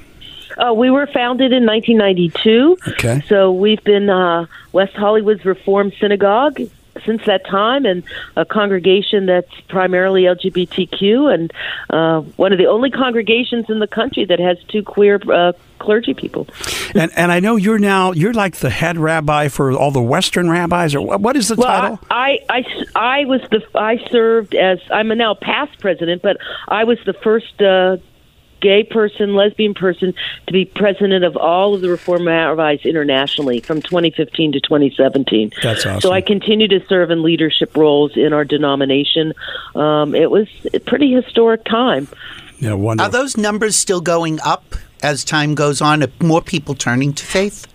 Speaker 6: Uh, we were founded in 1992.
Speaker 1: Okay.
Speaker 6: So we've been uh, West Hollywood's Reformed Synagogue since that time and a congregation that's primarily LGBTQ and uh, one of the only congregations in the country that has two queer uh, clergy people.
Speaker 1: And and I know you're now you're like the head rabbi for all the Western rabbis, or what, what is the title?
Speaker 6: I, I, I was the I served as I'm now past president, but I was the first uh, gay person, lesbian person to be president of all of the Reform Rabbis internationally from 2015 to 2017.
Speaker 1: That's awesome.
Speaker 6: So I continue to serve in leadership roles in our denomination. Um, it was a pretty historic time.
Speaker 1: Yeah, wonderful.
Speaker 2: Are those numbers still going up as time goes on? Are more people turning to faith?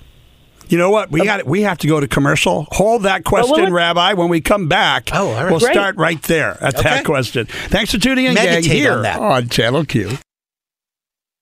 Speaker 1: You know what? We got we have to go to commercial. Hold that
Speaker 2: well,
Speaker 1: question,
Speaker 2: let's-
Speaker 1: Rabbi. When we come back, oh,
Speaker 2: all right.
Speaker 1: we'll
Speaker 2: Great.
Speaker 1: start right there at that question. Thanks for tuning in, gang,
Speaker 2: Meditate on
Speaker 1: here
Speaker 2: that.
Speaker 1: on Channel Q.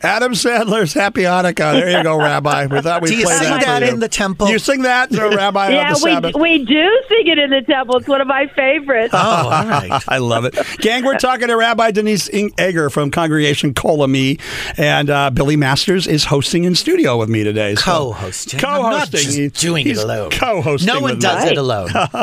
Speaker 1: Adam Sandler's Happy Hanukkah. There you go, Rabbi. We thought we'd
Speaker 2: Do you
Speaker 1: play
Speaker 2: sing
Speaker 1: that,
Speaker 2: that
Speaker 1: for you.
Speaker 2: in the temple?
Speaker 1: You sing that to a Rabbi
Speaker 6: yeah,
Speaker 1: on the Sabbath. Oh,
Speaker 6: we, we do sing it in the temple. It's one of my favorites.
Speaker 2: Oh,
Speaker 1: I love it. Gang, we're talking to Rabbi Denise Ing- Egger from Congregation Kolami, and uh, Billy Masters is hosting in studio with me today.
Speaker 2: Co-hosting. I'm
Speaker 1: Co
Speaker 2: not
Speaker 1: hosting.
Speaker 2: just doing it alone.
Speaker 1: Co-hosting.
Speaker 2: No one
Speaker 1: with
Speaker 2: does
Speaker 1: me.
Speaker 2: it alone. Um,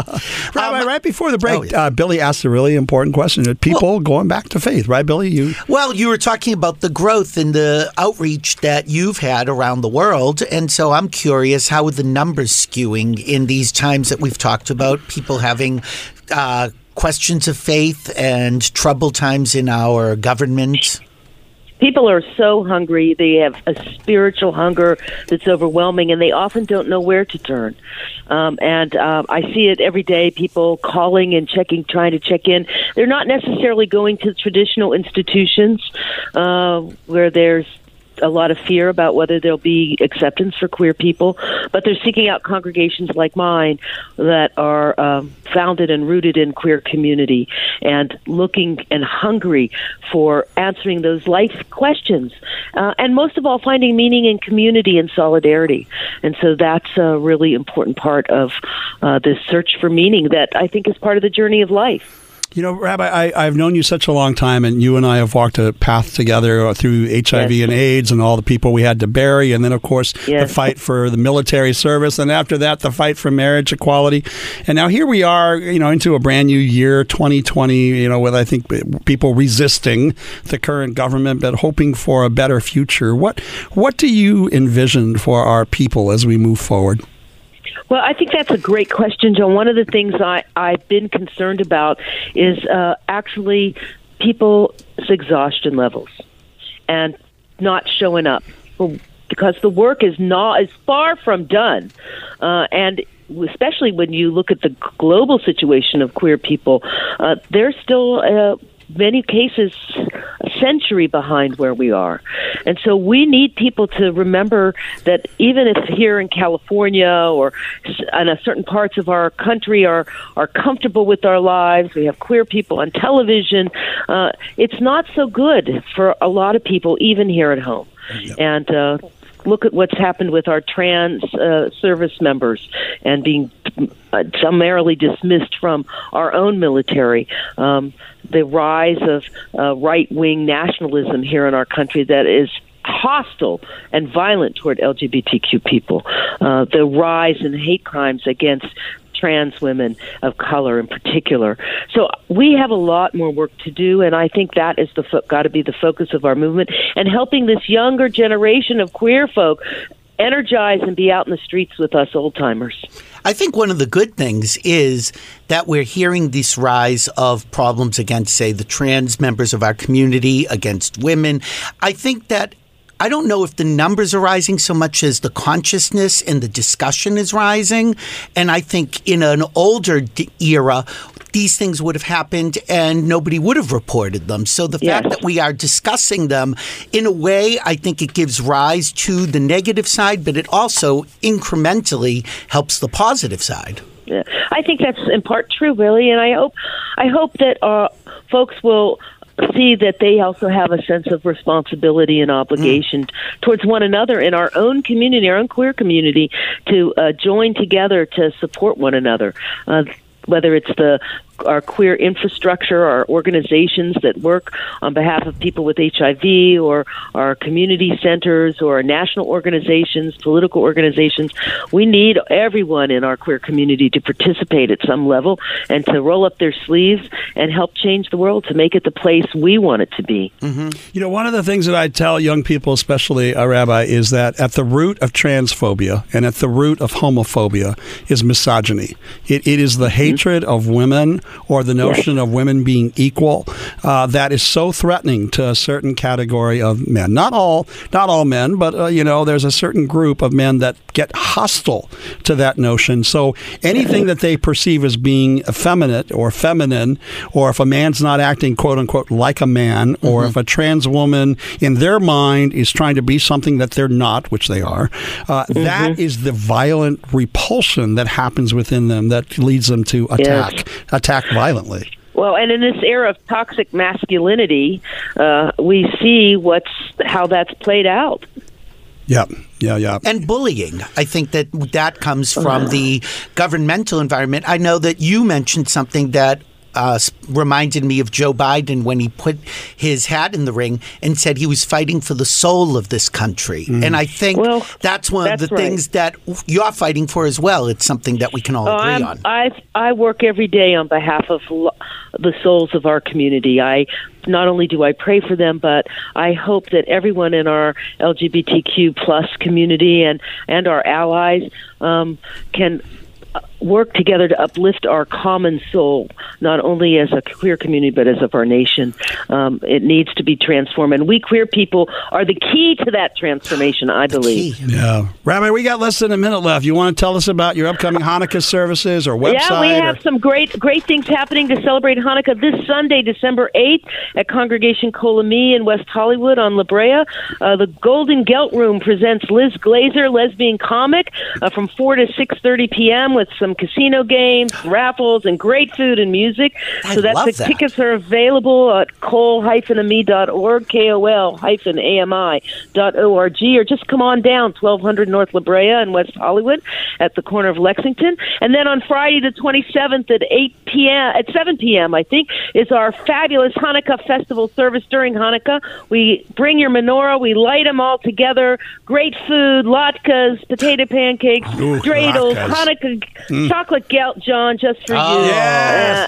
Speaker 2: oh,
Speaker 1: Rabbi, right before the break, uh, Billy asked a really important question: that people going back to faith, right, Billy? You
Speaker 2: Well, you were talking about the growth in the the outreach that you've had around the world. And so I'm curious how are the numbers skewing in these times that we've talked about people having uh, questions of faith and trouble times in our government?
Speaker 6: people are so hungry they have a spiritual hunger that's overwhelming and they often don't know where to turn um, and uh, i see it every day people calling and checking trying to check in they're not necessarily going to traditional institutions uh, where there's a lot of fear about whether there'll be acceptance for queer people, but they're seeking out congregations like mine that are um, founded and rooted in queer community and looking and hungry for answering those life questions. Uh, and most of all, finding meaning in community and solidarity. And so that's a really important part of uh, this search for meaning that I think is part of the journey of life.
Speaker 1: You know, Rabbi, I, I've known you such a long time, and you and I have walked a path together through HIV and AIDS and all the people we had to bury, and then, of course, the fight for the military service, and after that, the fight for marriage equality. And now here we are, you know, into a brand new year, 2020, you know, with I think people resisting the current government, but hoping for a better future. What, what do you envision for our people as we move forward?
Speaker 6: Well, I think that's a great question, John. One of the things I, I've been concerned about is uh, actually people's exhaustion levels and not showing up Well, because the work is not is far from done, uh, and especially when you look at the g- global situation of queer people, uh, they're still. Uh, Many cases a century behind where we are. And so we need people to remember that even if here in California or s- in a certain parts of our country are, are comfortable with our lives, we have queer people on television, uh, it's not so good for a lot of people, even here at home. And uh, look at what's happened with our trans uh, service members and being uh, summarily dismissed from our own military. Um, the rise of uh, right wing nationalism here in our country that is hostile and violent toward LGBTQ people. Uh, the rise in hate crimes against trans women of color in particular. So we have a lot more work to do, and I think that is the fo- got to be the focus of our movement and helping this younger generation of queer folk energize and be out in the streets with us old timers.
Speaker 2: I think one of the good things is that we're hearing this rise of problems against, say, the trans members of our community, against women. I think that. I don't know if the numbers are rising so much as the consciousness and the discussion is rising. And I think in an older d- era, these things would have happened and nobody would have reported them. So the fact that we are discussing them in a way, I think it gives rise to the negative side, but it also incrementally helps the positive side.
Speaker 6: Yeah. I think that's in part true, really, and I hope I hope that uh, folks will see that they also have a sense of responsibility and obligation towards one another in our own community, our own queer community, to uh, join together to support one another. Uh, whether it's the our queer infrastructure, our organizations that work on behalf of people with HIV, or our community centers, or our national organizations, political organizations, we need everyone in our queer community to participate at some level and to roll up their sleeves and help change the world to make it the place we want it to be.
Speaker 1: You know, one of the things that I tell young people, especially a rabbi, is that at the root of transphobia and at the root of homophobia is misogyny. It, it is the hatred of women or the notion of women being equal uh, that is so threatening to a certain category of men. Not all, not all men, but uh, you know, there's a certain group of men that get hostile to that notion. So anything that they perceive as being effeminate or feminine, or if a man's not acting quote unquote like a man, or
Speaker 6: Mm-hmm.
Speaker 1: if a trans woman in their mind is trying to be something that they're not, which they are, uh,
Speaker 6: Mm-hmm.
Speaker 1: that is the violent repulsion that happens within them that leads them to
Speaker 6: Yes.
Speaker 1: attack, attack violently.
Speaker 6: Well, and in this era of toxic masculinity, uh, we see what's how that's played out.
Speaker 1: Yeah, yeah, yeah.
Speaker 2: And bullying. I think that that comes
Speaker 6: Oh,
Speaker 2: from the governmental environment. I know that you mentioned something that uh, s- reminded me of Joe Biden when he put his hat in the ring and said he was fighting for the soul of this country.
Speaker 6: Mm.
Speaker 2: And I think that's one
Speaker 6: that's
Speaker 2: of the
Speaker 6: right.
Speaker 2: things that you're fighting for as well. It's something that we can all
Speaker 6: Oh,
Speaker 2: agree
Speaker 6: I'm-
Speaker 2: on.
Speaker 6: I I work every day on behalf of lo- the souls of our community. I not only do I pray for them, but I hope that everyone in our LGBTQ plus community and and our allies um, can uh, work together to uplift our common soul, not only as a queer community but as of our nation. Um, it needs to be transformed, and we queer people are the key to that transformation. I believe.
Speaker 1: Yeah. Rabbi, we got less than a minute left. You want to tell us about your upcoming Hanukkah services or website?
Speaker 6: Yeah, we
Speaker 1: or-
Speaker 6: have some great great things happening to celebrate Hanukkah this Sunday, December eighth, at Congregation Kolami in West Hollywood on La Brea. Uh, the Golden Gelt Room presents Liz Glazer, lesbian comic, uh, from four to six thirty p.m. with some casino games, raffles, and great food and music.
Speaker 2: I
Speaker 6: so that's
Speaker 2: love
Speaker 6: the
Speaker 2: that.
Speaker 6: tickets are available at cole-ami.org, K-O-L-A-M-I dot O-R-G, or just come on down, 1200 North La Brea in West Hollywood at the corner of Lexington. And then on Friday the 27th at 8 p.m., at 7 p.m., I think, is our fabulous Hanukkah Festival service during Hanukkah. We bring your menorah, we light them all together, great food, latkes, potato pancakes,
Speaker 1: Ooh,
Speaker 6: dreidels,
Speaker 1: latkes.
Speaker 6: Hanukkah,
Speaker 1: Mm.
Speaker 6: chocolate gelt, John, just for
Speaker 1: Oh.
Speaker 6: you.
Speaker 1: Yes.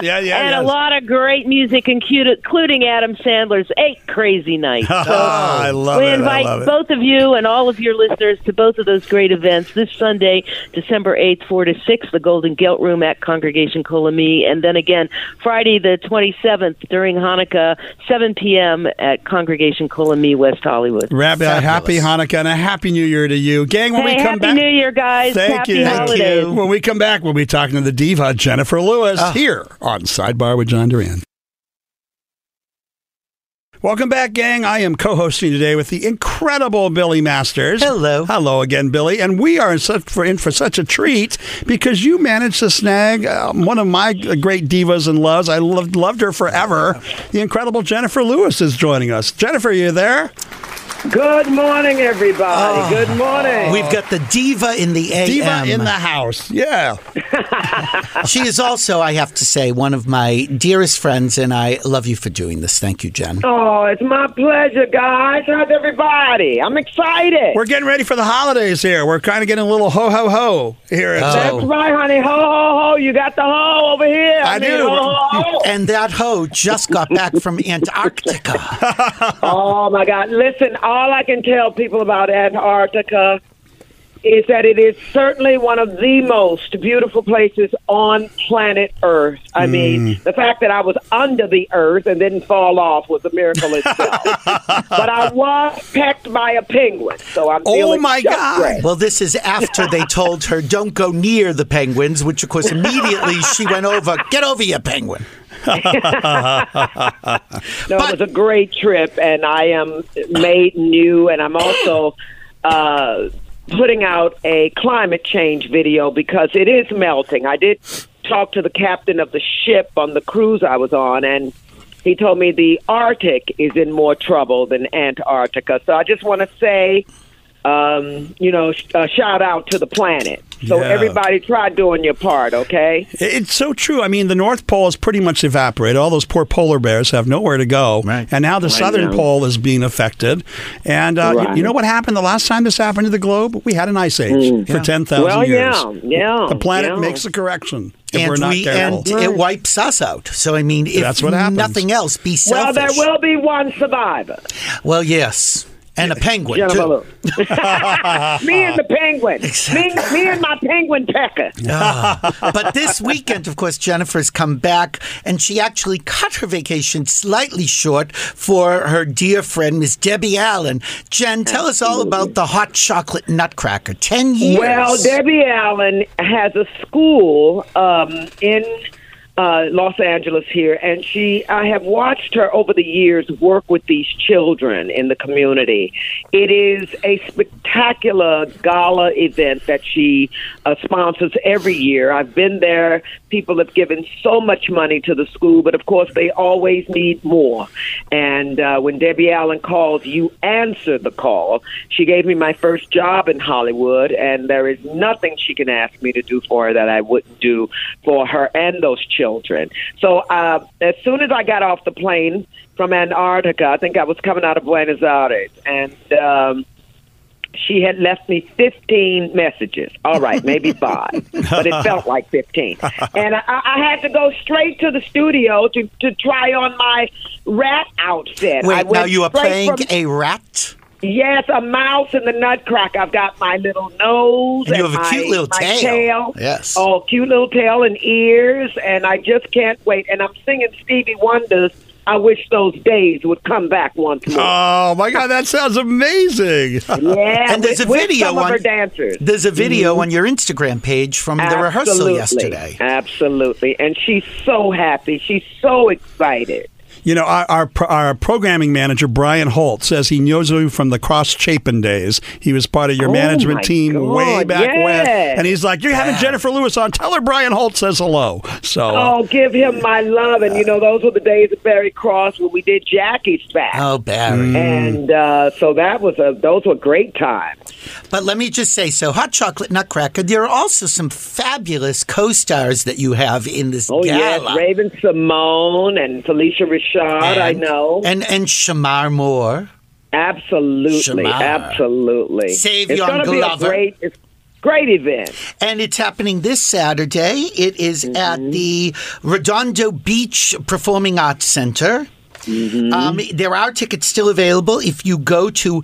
Speaker 6: Uh,
Speaker 1: Yeah, yeah,
Speaker 6: and
Speaker 1: yes.
Speaker 6: a lot of great music, inclu- including Adam Sandler's Eight Crazy Nights. So
Speaker 1: I love
Speaker 6: we
Speaker 1: it, I
Speaker 6: invite
Speaker 1: love it.
Speaker 6: both of you and all of your listeners to both of those great events this Sunday, December 8th, 4 to 6, the Golden Gilt Room at Congregation Colomie. And then again, Friday the 27th during Hanukkah, 7 p.m. at Congregation Colomie, West Hollywood.
Speaker 1: Rabbi, happy Hanukkah and a happy New Year to you, gang. When
Speaker 6: Hey,
Speaker 1: we come
Speaker 6: Happy
Speaker 1: back,
Speaker 6: New Year, guys.
Speaker 1: Thank
Speaker 6: happy
Speaker 1: you.
Speaker 6: holidays.
Speaker 1: When we come back, we'll be talking to the diva Jennifer Lewis here on Sidebar with John Duran. Welcome back, gang. I am co-hosting today with the incredible Billy Masters. Hello, hello again, Billy. And we are in such for in for such a treat because you managed to snag uh, one of my great divas and loves. I loved loved her forever. The incredible Jennifer Lewis is joining us. Jennifer, you there?
Speaker 7: Good morning, everybody.
Speaker 1: Ah.
Speaker 7: Good morning.
Speaker 2: We've got the diva in the AM.
Speaker 1: Diva in the house. Yeah.
Speaker 2: she is also, I have to say, one of my dearest friends, and I love you for doing this. Thank you, Jen.
Speaker 7: Oh, it's my pleasure, guys. How's everybody? I'm excited.
Speaker 1: We're getting ready for the holidays here. We're kind of getting a little ho ho ho here. At
Speaker 7: That's right, honey. Ho ho ho! You got the ho Oh, over here.
Speaker 1: I
Speaker 7: mean, oh,
Speaker 1: do.
Speaker 7: ho, ho, ho.
Speaker 2: And that hoe just got back from Antarctica.
Speaker 7: oh my God! Listen, all I can tell people about Antarctica is that it is certainly one of the most beautiful places on planet Earth. I
Speaker 1: Mm.
Speaker 7: mean, the fact that I was under the Earth and didn't fall off was a miracle itself. but I was pecked by a penguin, so
Speaker 1: Oh,
Speaker 7: I'm feeling just
Speaker 2: Oh,
Speaker 7: great.
Speaker 2: Well, this is after they told her, don't go near the penguins, which, of course, immediately she went over, get over here, penguin.
Speaker 7: No, it was a great trip, and I am made new, and I'm also uh, putting out a climate change video because it is melting. I did talk to the captain of the ship on the cruise I was on, and he told me the Arctic is in more trouble than Antarctica. So I just want to say, um, you know, sh- a shout out to the planet. So
Speaker 1: Yeah.
Speaker 7: everybody, try doing your part, okay?
Speaker 1: It's so true. I mean, the North Pole is pretty much evaporated. All those poor polar bears have nowhere to go. Right. And now the Southern
Speaker 7: now.
Speaker 1: Pole is being affected. And uh, y- you,
Speaker 7: Right.
Speaker 1: know what happened the last time this happened to the globe? We had an ice age for 10,000
Speaker 7: Mm-hmm. Well,
Speaker 1: years.
Speaker 7: yeah, yeah,
Speaker 1: The planet
Speaker 7: yeah.
Speaker 1: makes a correction if
Speaker 2: And,
Speaker 1: we're not
Speaker 2: we,
Speaker 1: careful.
Speaker 2: and it wipes us out. So, I mean, if
Speaker 1: That's what happens.
Speaker 2: nothing else, be
Speaker 7: Well,
Speaker 2: selfish.
Speaker 7: there will be one survivor.
Speaker 2: Well, yes. And a penguin,
Speaker 7: Jennifer
Speaker 2: too.
Speaker 7: Lewis. me and the penguin. Me, me and my penguin pecker.
Speaker 2: Ah. but this weekend, of course, Jennifer's come back and she actually cut her vacation slightly short for her dear friend, Miss Debbie Allen. Jen, tell us all about the hot chocolate nutcracker. Ten years.
Speaker 7: Well, Debbie Allen has a school um, in uh, Los Angeles here, and she I have watched her over the years work with these children in the community. It is a spectacular gala event that she uh, sponsors every year. I've been there. People have given so much money to the school, but of course they always need more. And uh, when Debbie Allen calls, you answer the call. She gave me my first job in Hollywood, and there is nothing she can ask me to do for her that I wouldn't do for her and those children. So uh, as soon as I got off the plane from Antarctica, I think I was coming out of Buenos Aires, and um, she had left me 15 messages. All right, maybe five, but it felt like 15. And I, I had to go straight to the studio to, to try on my rat outfit. I
Speaker 2: Wait,
Speaker 7: went
Speaker 2: now you are
Speaker 7: straight
Speaker 2: playing
Speaker 7: from-
Speaker 2: a rat?
Speaker 7: Yes, a mouse and the nutcracker. I've got my little nose.
Speaker 2: And you have a
Speaker 7: my-
Speaker 2: cute little
Speaker 7: my
Speaker 2: tail.
Speaker 7: tail.
Speaker 2: Yes.
Speaker 7: Oh, cute little tail and ears. And I just can't wait. And I'm singing Stevie Wonder's I Wish Those Days Would Come Back Once More.
Speaker 1: Oh my God, that sounds amazing!
Speaker 7: yeah,
Speaker 2: and there's
Speaker 7: with-
Speaker 2: a
Speaker 7: with
Speaker 2: video
Speaker 7: some of
Speaker 2: on
Speaker 7: her dancers.
Speaker 2: There's a video
Speaker 7: Mhm.
Speaker 2: on your Instagram page from Um, the rehearsal
Speaker 7: Absolutely.
Speaker 2: yesterday.
Speaker 7: Absolutely. And she's so happy. She's so excited.
Speaker 1: You know, our, our pro- our programming manager Brian Holt says he knows you from the Cross Chapin days. He was part of your
Speaker 7: Oh,
Speaker 1: management
Speaker 7: my
Speaker 1: team way
Speaker 7: God,
Speaker 1: back when,
Speaker 7: yes.
Speaker 1: and he's like, "You're having Jennifer Lewis on. Tell her Brian Holt says hello." So, uh,
Speaker 7: Oh, give him my love. And, you know, those were the days at Barry Cross when we did Jackie's Back.
Speaker 2: Oh, Barry.
Speaker 1: Mm.
Speaker 7: And uh, so that was a, those were great times.
Speaker 2: But let me just say so, Hot Chocolate Nutcracker, there are also some fabulous co stars that you have in this
Speaker 7: Oh,
Speaker 2: gala.
Speaker 7: yes. Raven Simone and Felicia Rashad, I
Speaker 2: And-
Speaker 7: know.
Speaker 2: And and Shamar Moore.
Speaker 7: Absolutely.
Speaker 2: Shamar.
Speaker 7: Absolutely. it's
Speaker 2: Savion
Speaker 7: gonna Be
Speaker 2: Glover.
Speaker 7: a great, it's great event.
Speaker 2: And it's happening this Saturday. It is
Speaker 7: Mm-hmm.
Speaker 2: at the Redondo Beach Performing Arts Center.
Speaker 1: Mm-hmm.
Speaker 2: Um, there are tickets still available if you go to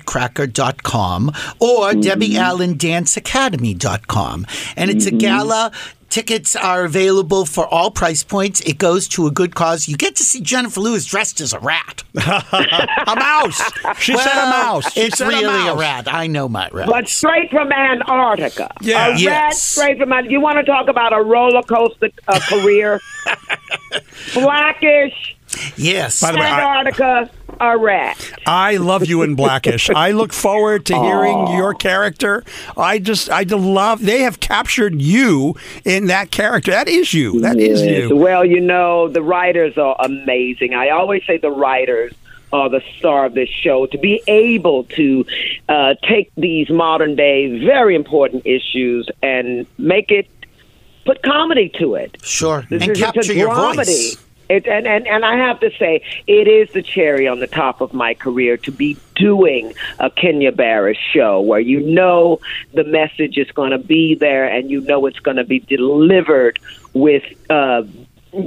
Speaker 2: thehotchocolatenutcracker.com or
Speaker 1: Mm-hmm.
Speaker 2: debbieallendanceacademy.com. And it's
Speaker 1: Mm-hmm.
Speaker 2: a gala. Tickets are available for all price points. It goes to a good cause. You get to see Jennifer Lewis dressed as a rat.
Speaker 1: a mouse. She said a
Speaker 2: Well,
Speaker 1: mouse. She
Speaker 2: it's
Speaker 1: said
Speaker 2: really
Speaker 1: a, mouse.
Speaker 2: rat. I know my rat.
Speaker 7: But straight from Antarctica.
Speaker 1: Yeah.
Speaker 7: A rat
Speaker 2: Yes.
Speaker 7: straight from Antarctica. You want to talk about a roller coaster uh, career? Blackish,
Speaker 2: Yes.
Speaker 1: By the way, I,
Speaker 7: Antarctica, a rat.
Speaker 1: I love you in Blackish. I look forward to hearing your character. I just, I do love. They have captured you in that character. That is you. That is
Speaker 7: Yes.
Speaker 1: you.
Speaker 7: Well, you know, the writers are amazing. I always say the writers are the star of this show. To be able to uh, take these modern day, very important issues and make it, put comedy to it.
Speaker 2: Sure.
Speaker 7: This
Speaker 2: and
Speaker 7: is it's
Speaker 2: capture
Speaker 7: a
Speaker 2: your
Speaker 7: dramedy.
Speaker 2: voice.
Speaker 7: It, and, and, and I have to say, it is the cherry on the top of my career to be doing a Kenya Barris show where you know the message is going to be there and you know it's going to be delivered with uh,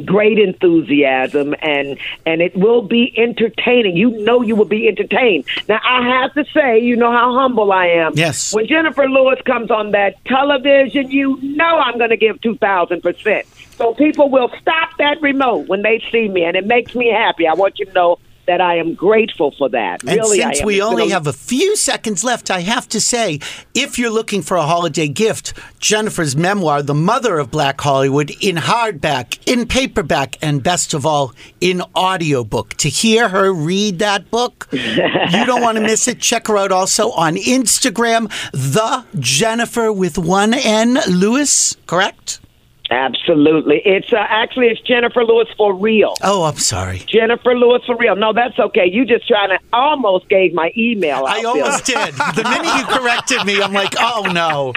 Speaker 7: great enthusiasm and and it will be entertaining. You know you will be entertained. Now I have to say, you know how humble I am.
Speaker 2: Yes.
Speaker 7: When Jennifer Lewis comes on that television, you know I'm going to give 2,000%. So people will stop that remote when they see me, and it makes me happy. I want you to know that I am grateful for that.
Speaker 2: And
Speaker 7: really, I
Speaker 2: since
Speaker 7: am.
Speaker 2: we
Speaker 7: It's been
Speaker 2: only
Speaker 7: a-
Speaker 2: have a few seconds left, I have to say, if you're looking for a holiday gift, Jennifer's memoir, The Mother of Black Hollywood, in hardback, in paperback, and best of all, in audiobook. To hear her read that book, you don't want to miss it. Check her out also on Instagram, The Jennifer with one N Lewis, correct?
Speaker 7: Absolutely. It's uh, actually it's Jennifer Lewis for real.
Speaker 2: Oh, I'm sorry.
Speaker 7: Jennifer Lewis for real. No, that's okay. You just trying to I almost gave my email. out,
Speaker 2: I
Speaker 7: Bill.
Speaker 2: almost did. The minute you corrected me, I'm like, oh no.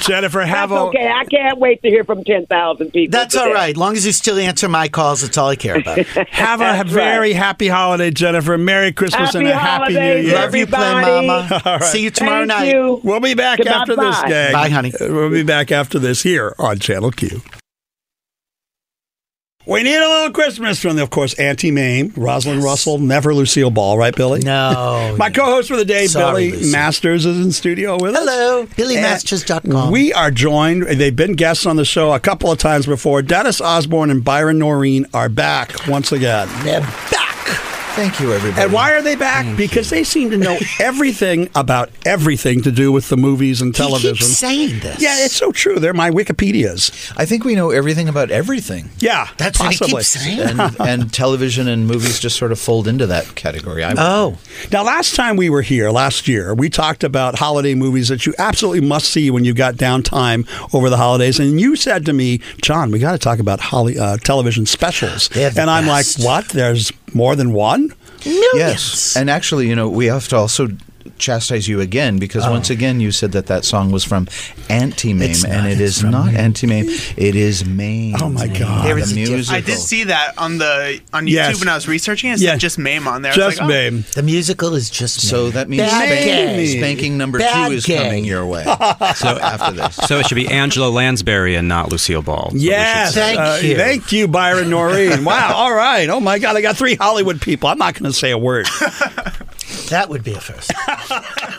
Speaker 1: Jennifer, have
Speaker 7: That's
Speaker 1: a.
Speaker 7: okay. I can't wait to hear from ten thousand people.
Speaker 2: That's
Speaker 7: today.
Speaker 2: all right. Long as you still answer my calls, that's all I care about.
Speaker 1: Have a
Speaker 7: That's
Speaker 1: very
Speaker 7: right.
Speaker 1: happy holiday, Jennifer. Merry Christmas
Speaker 7: Happy
Speaker 1: and a happy
Speaker 7: holidays,
Speaker 1: new year.
Speaker 2: Love you, Plan
Speaker 7: Everybody.
Speaker 2: Mama.
Speaker 1: All right.
Speaker 2: See you tomorrow
Speaker 7: Thank
Speaker 2: night.
Speaker 7: you.
Speaker 1: We'll be back
Speaker 7: Goodbye,
Speaker 1: after this,
Speaker 7: bye.
Speaker 1: gang.
Speaker 2: Bye, honey.
Speaker 1: Uh, We'll be back after this here on Channel Q. We need a little Christmas from, of course, Auntie Mame, Rosalind Russell, never Lucille Ball, right, Billy?
Speaker 2: No.
Speaker 1: My co-host for the day,
Speaker 2: Sorry,
Speaker 1: Billy
Speaker 2: Lucy.
Speaker 1: Masters, is in studio with us.
Speaker 2: Hello, BillyMasters.com.
Speaker 1: And We are joined. They've been guests on the show a couple of times before. Dennis Osborne and Byron Noreen are back once again.
Speaker 2: They're back.
Speaker 5: Thank you, everybody.
Speaker 1: And why are they back? because they seem to know everything about everything to do with the movies and television.
Speaker 2: He keeps saying this.
Speaker 1: yeah, it's so true. They're my Wikipedias.
Speaker 5: I think we know everything about everything.
Speaker 1: Yeah,
Speaker 2: That's what he
Speaker 1: possibly.
Speaker 2: keeps saying.
Speaker 5: and, and television and movies just sort of fold into that category. I
Speaker 2: Oh,
Speaker 1: Now, last time we were here, last year, we talked about holiday movies that you absolutely must see when you've got downtime over the holidays. And you said to me, John, we got to talk about holly, uh, television specials.
Speaker 2: They're the
Speaker 1: and I'm like,
Speaker 2: best.
Speaker 1: what? There's more than one?
Speaker 2: millions.
Speaker 5: yes. And actually, you know, we have to also
Speaker 8: chastise you again because
Speaker 9: Oh.
Speaker 8: once again you said that that song was from Anti-Mame,
Speaker 9: It's
Speaker 8: and
Speaker 9: not.
Speaker 8: it
Speaker 9: It's
Speaker 8: is not Anti-Mame. It is Mame. Oh my God!
Speaker 3: There
Speaker 8: There
Speaker 3: is
Speaker 8: is
Speaker 3: a difference.
Speaker 8: musical.
Speaker 3: I did see that on the on YouTube
Speaker 8: Yes.
Speaker 3: when I was researching. It said
Speaker 8: Yeah.
Speaker 3: just MAME on there. I was like, oh,
Speaker 8: Mame.
Speaker 2: The musical is just
Speaker 8: oh. so that means
Speaker 3: Bad
Speaker 8: spanking,
Speaker 3: gay.
Speaker 8: spanking number
Speaker 3: Bad
Speaker 8: two is
Speaker 3: gay.
Speaker 8: coming your way. so after this,
Speaker 10: So it should be Angela Lansbury and not Lucille Ball.
Speaker 1: Yes. Uh, Thank you, Byron Noreen. Wow. All right. Oh, my God. I got three Hollywood people. I'm not going to say a word.
Speaker 2: That would be a first.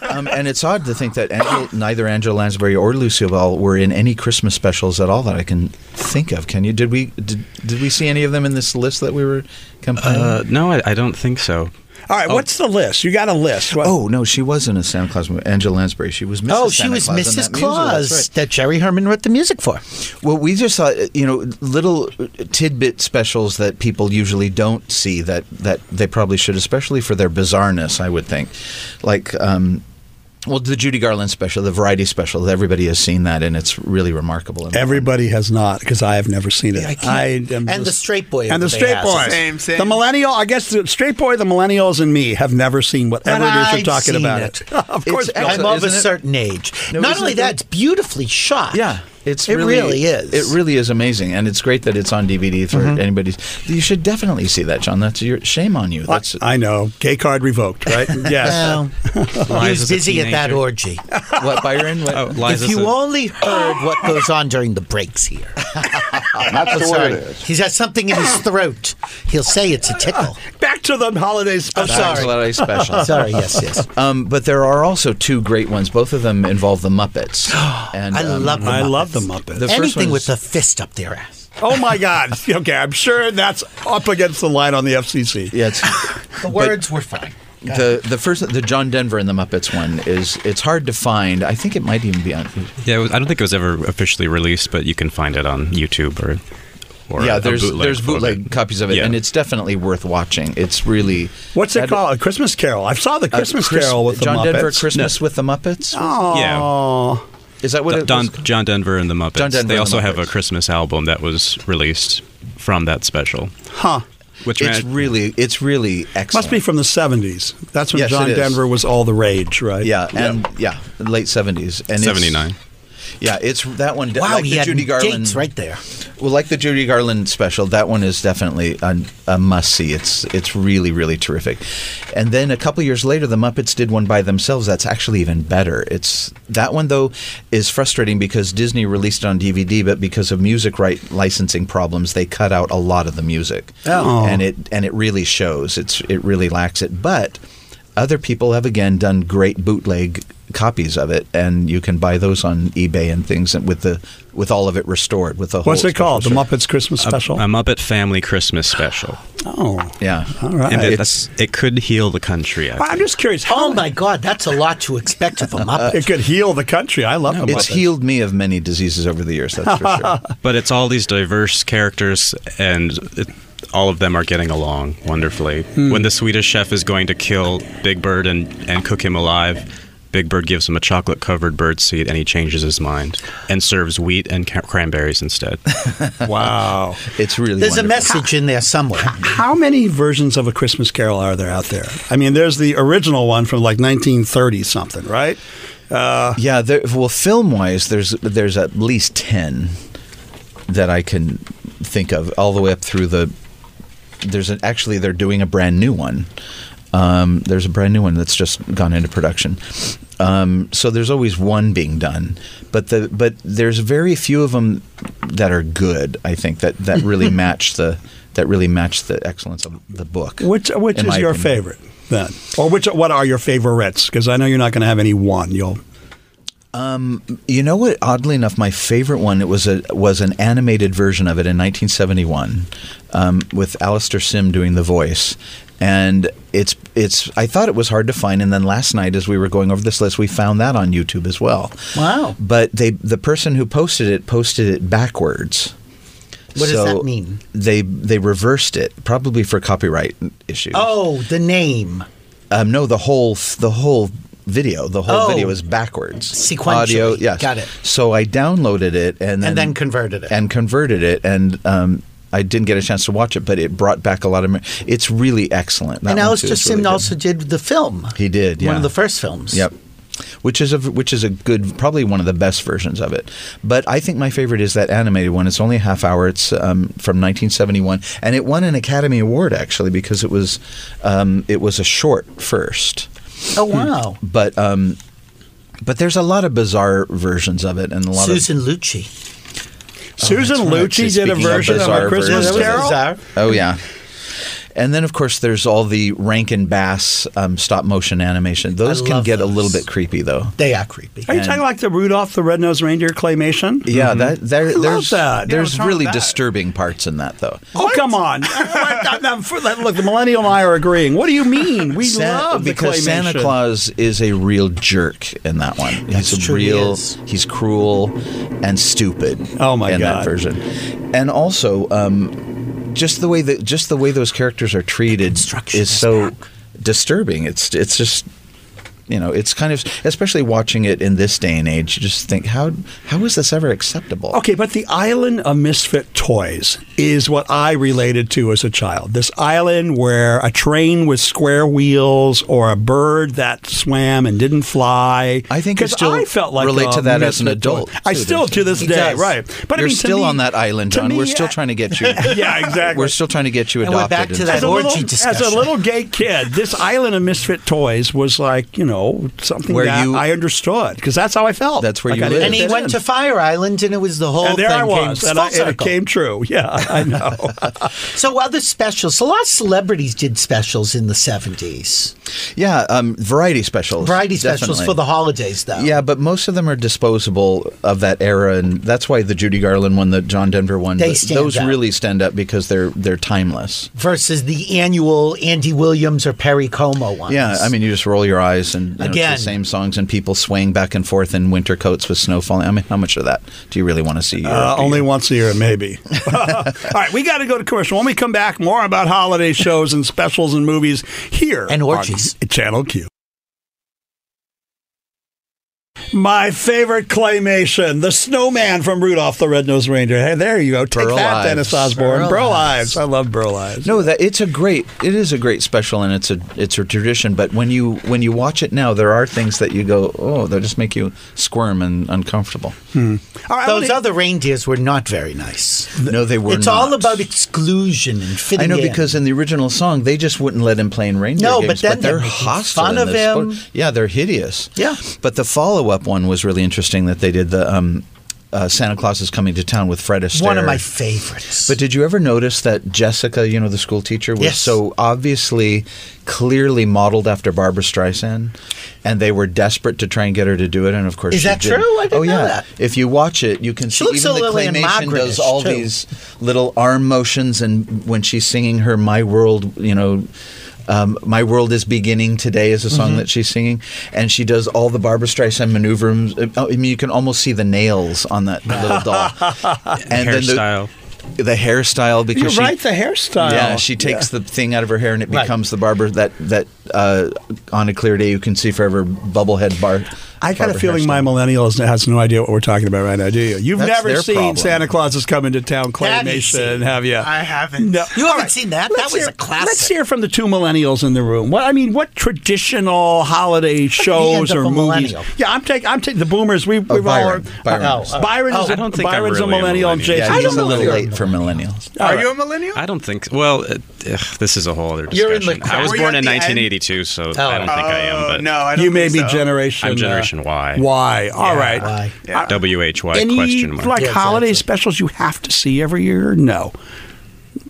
Speaker 8: um, and it's odd to think that Angel, neither Angela Lansbury or Lucille Ball were in any Christmas specials at all that I can think of. Can you? Did we? Did, did we see any of them in this list that we were compiling?
Speaker 10: Uh, no, I, I don't think so. Oh.
Speaker 1: All right, what's the list? You got a list?
Speaker 8: Oh no, she was in a Santa Claus movie. Angela Lansbury. She was Mrs.
Speaker 2: Oh, she
Speaker 8: Santa
Speaker 2: was
Speaker 8: Claus in
Speaker 2: Mrs.
Speaker 8: that musical. That's
Speaker 2: Claus
Speaker 8: right.
Speaker 2: that Jerry Herman wrote the music for.
Speaker 8: Well, we just thought, uh, you know, little tidbit specials that people usually don't see that, that they probably should, especially for their bizarreness, I would think. Like, um, well, the Judy Garland special, the variety special, everybody has seen that, and it's really remarkable. And
Speaker 1: Everybody has not because I have never seen it. I am
Speaker 2: And the straight boy
Speaker 1: and
Speaker 2: over
Speaker 1: the
Speaker 2: there
Speaker 1: straight
Speaker 2: has
Speaker 1: boy,
Speaker 2: it. Same, same.
Speaker 1: The millennial, I guess, the straight boy, the millennials, and me have never seen whatever it is you're
Speaker 2: I've
Speaker 1: talking
Speaker 2: seen
Speaker 1: about.
Speaker 2: it.
Speaker 1: of course,
Speaker 2: It's- I'm of a certain age.
Speaker 8: No,
Speaker 2: Not
Speaker 8: isn't
Speaker 2: only
Speaker 8: it
Speaker 2: that, it's beautifully shot.
Speaker 8: Yeah, it's
Speaker 2: it
Speaker 8: really,
Speaker 2: is.
Speaker 8: It really is amazing, and it's great that it's on DVD for
Speaker 2: Mhm.
Speaker 8: anybody. You should definitely see that, John. That's your shame on you. That's
Speaker 1: I, know. Gay card revoked, right? Yes.
Speaker 2: Well, he was busy at that orgy.
Speaker 8: What, Byron?
Speaker 1: Oh,
Speaker 8: What?
Speaker 2: if you only heard what goes on during the breaks here. Oh,
Speaker 1: That's the way
Speaker 2: sorry.
Speaker 1: it is.
Speaker 2: He's got something in his throat. He'll say it's a tickle.
Speaker 1: Back to the holiday special.
Speaker 8: Holiday special.
Speaker 2: sorry, yes, yes.
Speaker 8: Um, but there are also two great ones. Both of them involve the Muppets. And
Speaker 2: I
Speaker 8: um,
Speaker 2: love the Muppets.
Speaker 8: The first
Speaker 2: Anything
Speaker 8: one
Speaker 2: with
Speaker 8: is-
Speaker 2: the fist up their ass.
Speaker 1: Oh my God! Okay, I'm sure that's up against the line on the FCC.
Speaker 8: Yes,
Speaker 2: The words were fine.
Speaker 8: the the first the John Denver and the Muppets one is it's hard to find. I think it might even be on.
Speaker 10: Yeah, it was, I don't think it was ever officially released, but you can find it on YouTube or. or
Speaker 8: yeah,
Speaker 10: a
Speaker 8: there's
Speaker 10: bootleg
Speaker 8: there's
Speaker 10: photo.
Speaker 8: bootleg copies of it,
Speaker 10: Yeah.
Speaker 8: and it's definitely worth watching. It's really
Speaker 1: What's it
Speaker 8: I'd-
Speaker 1: called? A Christmas Carol. I saw the
Speaker 8: A
Speaker 1: Christmas
Speaker 8: Chris-
Speaker 1: Carol with the
Speaker 8: John
Speaker 1: Muppets.
Speaker 8: Denver Christmas with the Muppets.
Speaker 1: Oh. Yeah.
Speaker 8: Is that what
Speaker 10: D-
Speaker 8: it
Speaker 10: Don,
Speaker 8: was?
Speaker 10: John Denver and the Muppets.
Speaker 8: John Denver
Speaker 10: they
Speaker 8: and the
Speaker 10: also have a Christmas album that was released from that special.
Speaker 1: Huh.
Speaker 10: Which
Speaker 8: It's really it's really excellent.
Speaker 1: Must be from the 70s. That's when
Speaker 8: Yes,
Speaker 1: John
Speaker 8: it is.
Speaker 1: Denver was all the rage, right?
Speaker 8: Yeah, and yeah, late seventies and it's-
Speaker 10: 79.
Speaker 8: Yeah, it's that one.
Speaker 2: Wow,
Speaker 8: like
Speaker 2: he
Speaker 8: the
Speaker 2: had
Speaker 8: Judy Garland
Speaker 2: dates right there.
Speaker 8: Well, like the Judy Garland special, that one is definitely a, a must see. It's it's really really terrific. And then a couple years later, the Muppets did one by themselves. That's actually even better. It's that one though is frustrating because Disney released it on DVD, but because of music right licensing problems, they cut out a lot of the music.
Speaker 1: Oh.
Speaker 8: and it and it really shows. It's it really lacks it, but. Other people have again done great bootleg copies of it, and you can buy those on eBay and things, and with the with all of it restored with the whole.
Speaker 1: What's it
Speaker 8: special
Speaker 1: called? The
Speaker 8: show.
Speaker 1: Muppets Christmas
Speaker 10: A,
Speaker 1: Special?
Speaker 10: a Muppet Family Christmas special.
Speaker 1: oh.
Speaker 8: Yeah.
Speaker 1: All right.
Speaker 10: And it, that's, it could heal the country. I think.
Speaker 1: I'm just curious.
Speaker 2: oh my God, that's a lot to expect of a Muppet.
Speaker 1: It could heal the country. I love the
Speaker 8: Uh, It's
Speaker 1: Muppets.
Speaker 8: healed me of many diseases over the years. That's for sure.
Speaker 10: But it's all these diverse characters, and it, all of them are getting along wonderfully.
Speaker 1: Hmm.
Speaker 10: When the Swedish chef is going to kill Big Bird and, and cook him alive, Big Bird gives him a chocolate covered bird seed, and he changes his mind and serves wheat and ca- cranberries instead.
Speaker 1: wow.
Speaker 8: It's really
Speaker 2: There's a message in there somewhere.
Speaker 1: How many versions of A Christmas Carol are there out there? I mean, there's the original one from like 1930 something, right? Uh,
Speaker 8: yeah. There, well, film wise, there's there's at least ten that I can think of, all the way up through the. There's an, actually they're doing a brand new one. Um, there's a brand new one that's just gone into production. Um, so there's always one being done, but the but there's very few of them that are good. I think that that really match the that really match the excellence of the book.
Speaker 1: Which which
Speaker 8: in
Speaker 1: is
Speaker 8: my
Speaker 1: your
Speaker 8: opinion.
Speaker 1: favorite then, or which what are your favorites? Because I know you're not going to have any one. You'll
Speaker 8: Um, you know what? Oddly enough, my favorite one it was a was an animated version of it in 1971 um, with Alistair Sim doing the voice, and it's it's. I thought it was hard to find, and then last night as we were going over this list, we found that on YouTube as well.
Speaker 2: Wow.
Speaker 8: But they the person who posted it posted it backwards.
Speaker 2: What does that mean?
Speaker 8: They they reversed it probably for copyright issues.
Speaker 2: Oh, the name.
Speaker 8: Um, no, the whole f- the whole video, the whole
Speaker 2: Oh.
Speaker 8: video is backwards.
Speaker 2: Sequentially.
Speaker 8: Audio, yes.
Speaker 2: Got it.
Speaker 8: So I downloaded it and then,
Speaker 2: And then converted it.
Speaker 8: and converted it and um, I didn't get a chance to watch it, but it brought back a lot of. me- It's really excellent. That
Speaker 2: and
Speaker 8: one, too,
Speaker 2: Alistair
Speaker 8: is really
Speaker 2: Sim
Speaker 8: good.
Speaker 2: also did the film.
Speaker 8: He did. Yeah.
Speaker 2: One of the first films.
Speaker 8: Yep. Which is a which is a good probably one of the best versions of it, but I think my favorite is that animated one. It's only a half hour. It's um, from 1971, and it won an Academy Award actually because it was um, it was a short first.
Speaker 2: Oh, wow.
Speaker 8: But um, but there's a lot of bizarre versions of it, and a lot
Speaker 2: Susan
Speaker 8: of
Speaker 2: Lucci.
Speaker 1: Susan Lucci did a version of, a Christmas Carol.
Speaker 8: Oh yeah. And then, of course, there's all the Rankin Bass um, stop motion animation. Those can
Speaker 1: love
Speaker 8: get a little bit creepy, though.
Speaker 2: They are creepy.
Speaker 1: Are you
Speaker 8: And-
Speaker 1: talking like the Rudolph the Red-Nosed Reindeer claymation?
Speaker 8: Yeah, that there,
Speaker 1: I love
Speaker 8: there's
Speaker 1: that. Yeah,
Speaker 8: there's
Speaker 1: Mm-hmm. what's wrong with
Speaker 8: really
Speaker 1: that?
Speaker 8: disturbing parts in that, though.
Speaker 1: Oh come on! I'm- I'm- I'm- Look, the millennial and I are agreeing. What do you mean? We
Speaker 8: San-
Speaker 1: love the
Speaker 8: because
Speaker 1: claymation.
Speaker 8: Santa Claus is a real jerk in that one. He's a real, he's cruel and stupid. Oh my in that
Speaker 1: God.
Speaker 8: version, and also um, just the way that just the way those characters are treated is so disturbing. It's it's just. You know, it's kind of, especially watching it in this day and age, you just think, how how is this ever acceptable?
Speaker 1: Okay, but the island of misfit toys is what I related to as a child. This island where a train with square wheels or a bird that swam and didn't fly. I
Speaker 8: think you still
Speaker 1: I felt like um,
Speaker 8: relate
Speaker 1: a
Speaker 8: to that as an
Speaker 1: misfit toy.
Speaker 8: adult.
Speaker 1: I
Speaker 8: too,
Speaker 1: still
Speaker 8: don't
Speaker 1: to
Speaker 8: you?
Speaker 1: this
Speaker 8: He
Speaker 1: day,
Speaker 8: does.
Speaker 1: right? But I
Speaker 8: You're
Speaker 1: mean, to
Speaker 8: still
Speaker 1: me-
Speaker 8: on that island,
Speaker 1: to
Speaker 8: John. We're
Speaker 1: me,
Speaker 8: still
Speaker 1: I-
Speaker 8: trying to get you.
Speaker 1: yeah, exactly.
Speaker 8: We're still trying to get you
Speaker 1: And we're
Speaker 8: adopted.
Speaker 1: back to
Speaker 8: and
Speaker 1: that
Speaker 8: stuff.
Speaker 1: orgy As a little gay kid, this island of misfit toys was like you know something
Speaker 8: Where
Speaker 1: that
Speaker 8: you-
Speaker 1: I understood because that's how I felt.
Speaker 8: That's where
Speaker 1: Like,
Speaker 8: you
Speaker 1: I
Speaker 8: lived.
Speaker 1: didn't
Speaker 2: And he
Speaker 1: fit
Speaker 2: went
Speaker 1: in.
Speaker 2: to Fire Island, and it was the whole
Speaker 1: and there
Speaker 2: thing
Speaker 1: I was,
Speaker 2: came
Speaker 1: and,
Speaker 2: full
Speaker 1: I, and it
Speaker 2: circle.
Speaker 1: came true. Yeah, I know.
Speaker 2: So other specials. A lot of celebrities did specials in the seventies.
Speaker 8: Yeah, um, variety specials.
Speaker 2: Variety specials
Speaker 8: definitely.
Speaker 2: for the holidays, though.
Speaker 8: Yeah, but most of them are disposable of that era, and that's why the Judy Garland one, the John Denver one,
Speaker 2: They
Speaker 8: th-
Speaker 2: stand
Speaker 8: those
Speaker 2: out.
Speaker 8: really stand up because they're they're timeless.
Speaker 2: Versus the annual Andy Williams or Perry Como ones.
Speaker 8: Yeah, I mean, you just roll your eyes and you know, it's
Speaker 2: Again.
Speaker 8: the same songs and people swaying back and forth in winter coats with snow falling. I mean, how much of that do you really want to see? year
Speaker 1: Uh,
Speaker 8: after
Speaker 1: only
Speaker 8: year?
Speaker 1: once a year, maybe. All right, we got to go to commercial. When we come back, more about holiday shows and specials and movies here and orgies. On Channel Q. My favorite claymation, the snowman from Rudolph the Red-Nosed Reindeer. Hey, there you go. Take
Speaker 8: Burl
Speaker 1: that,
Speaker 8: Ives.
Speaker 1: Dennis Osborne.
Speaker 8: Burl
Speaker 1: Burl, Ives. I love Burl Ives.
Speaker 8: No, that it's a great it is a great special and it's a it's a tradition. But when you when you watch it now, there are things that you go, oh, they just make you squirm and uncomfortable.
Speaker 1: Hmm.
Speaker 2: Those other reindeers were not very nice.
Speaker 8: No, they were.
Speaker 2: it's
Speaker 8: not.
Speaker 2: all about exclusion and fitting
Speaker 8: I know
Speaker 2: in.
Speaker 8: because in the original song they just wouldn't let him play in reindeer
Speaker 2: No,
Speaker 8: games,
Speaker 2: but then
Speaker 8: they're
Speaker 2: they're making
Speaker 8: hostile.
Speaker 2: fun
Speaker 8: in
Speaker 2: of
Speaker 8: this
Speaker 2: him.
Speaker 8: sport. Yeah, they're hideous.
Speaker 2: Yeah.
Speaker 8: But the follow up one was really interesting that they did the um, uh, Santa Claus is coming to town with Fred Astaire.
Speaker 2: one of my favorites.
Speaker 8: But did you ever notice that Jessica, you know, the school teacher, was
Speaker 2: Yes.
Speaker 8: so obviously, clearly modeled after Barbara Streisand, and they were desperate to try and get her to do it, and of course,
Speaker 2: Is
Speaker 8: she
Speaker 2: that
Speaker 8: didn't.
Speaker 2: true? I didn't
Speaker 8: oh
Speaker 2: know
Speaker 8: yeah.
Speaker 2: that.
Speaker 8: If you watch it, you can
Speaker 2: She
Speaker 8: see
Speaker 2: looks
Speaker 8: even
Speaker 2: a
Speaker 8: the
Speaker 2: little Anne
Speaker 8: claymation does
Speaker 2: Margaret-ish,
Speaker 8: all
Speaker 2: too.
Speaker 8: these little arm motions, and when she's singing her "My World," you know. Um, My world is beginning today is a song
Speaker 2: Mhm.
Speaker 8: that she's singing, and she does all the Barbara Streisand maneuvers. I mean, you can almost see the nails on that little doll
Speaker 10: Hairstyle.
Speaker 8: the, the hairstyle because
Speaker 1: You're
Speaker 8: she,
Speaker 1: right, the hairstyle.
Speaker 8: Yeah, she takes the thing out of her hair and it
Speaker 1: Right.
Speaker 8: becomes the barber that that uh, on a clear day you can see forever bubblehead bar.
Speaker 1: I got a
Speaker 8: barber
Speaker 1: feeling
Speaker 8: hairstyle.
Speaker 1: my millennial has no idea what we're talking about right now, do you? You've
Speaker 8: That's
Speaker 1: never
Speaker 8: their
Speaker 1: seen
Speaker 8: problem.
Speaker 1: Santa Claus is coming to town
Speaker 2: That you've
Speaker 1: claymation,
Speaker 2: seen.
Speaker 1: have you?
Speaker 3: I haven't.
Speaker 1: No.
Speaker 2: you haven't seen that?
Speaker 1: Let's
Speaker 2: that was
Speaker 1: hear-
Speaker 2: a classic.
Speaker 1: Let's hear from the two millennials in the room. What I mean, what traditional holiday shows
Speaker 2: up
Speaker 1: or
Speaker 2: a
Speaker 1: movies?
Speaker 2: millennial.
Speaker 1: Yeah, I'm taking. I'm taking the boomers. We we
Speaker 8: Oh, Byron.
Speaker 1: all
Speaker 8: Byron.
Speaker 1: Uh,
Speaker 8: Oh,
Speaker 1: Byron is
Speaker 8: oh.
Speaker 1: a-
Speaker 8: I don't think I'm
Speaker 1: Byron's
Speaker 8: really
Speaker 1: a millennial. and Jason's
Speaker 8: Yeah, he's a
Speaker 1: millennial.
Speaker 8: little late for millennials.
Speaker 1: All
Speaker 3: Are
Speaker 1: right.
Speaker 3: you a millennial?
Speaker 10: Uh, I don't think. Well, it, ugh, this is a whole other discussion.
Speaker 3: You're in the
Speaker 10: I
Speaker 3: crowd.
Speaker 10: was
Speaker 3: Were you
Speaker 10: born
Speaker 3: at
Speaker 10: in
Speaker 3: the end? Oh.
Speaker 10: 1982, so I don't think I am. But
Speaker 3: no, I don't
Speaker 1: you may be
Speaker 10: so.
Speaker 1: generation.
Speaker 10: I'm generation
Speaker 1: uh,
Speaker 10: Y.
Speaker 1: Y. All
Speaker 10: Yeah.
Speaker 1: right. Uh,
Speaker 10: W H Y
Speaker 1: Any
Speaker 10: question mark.
Speaker 1: like holiday specials you have to see every year? No.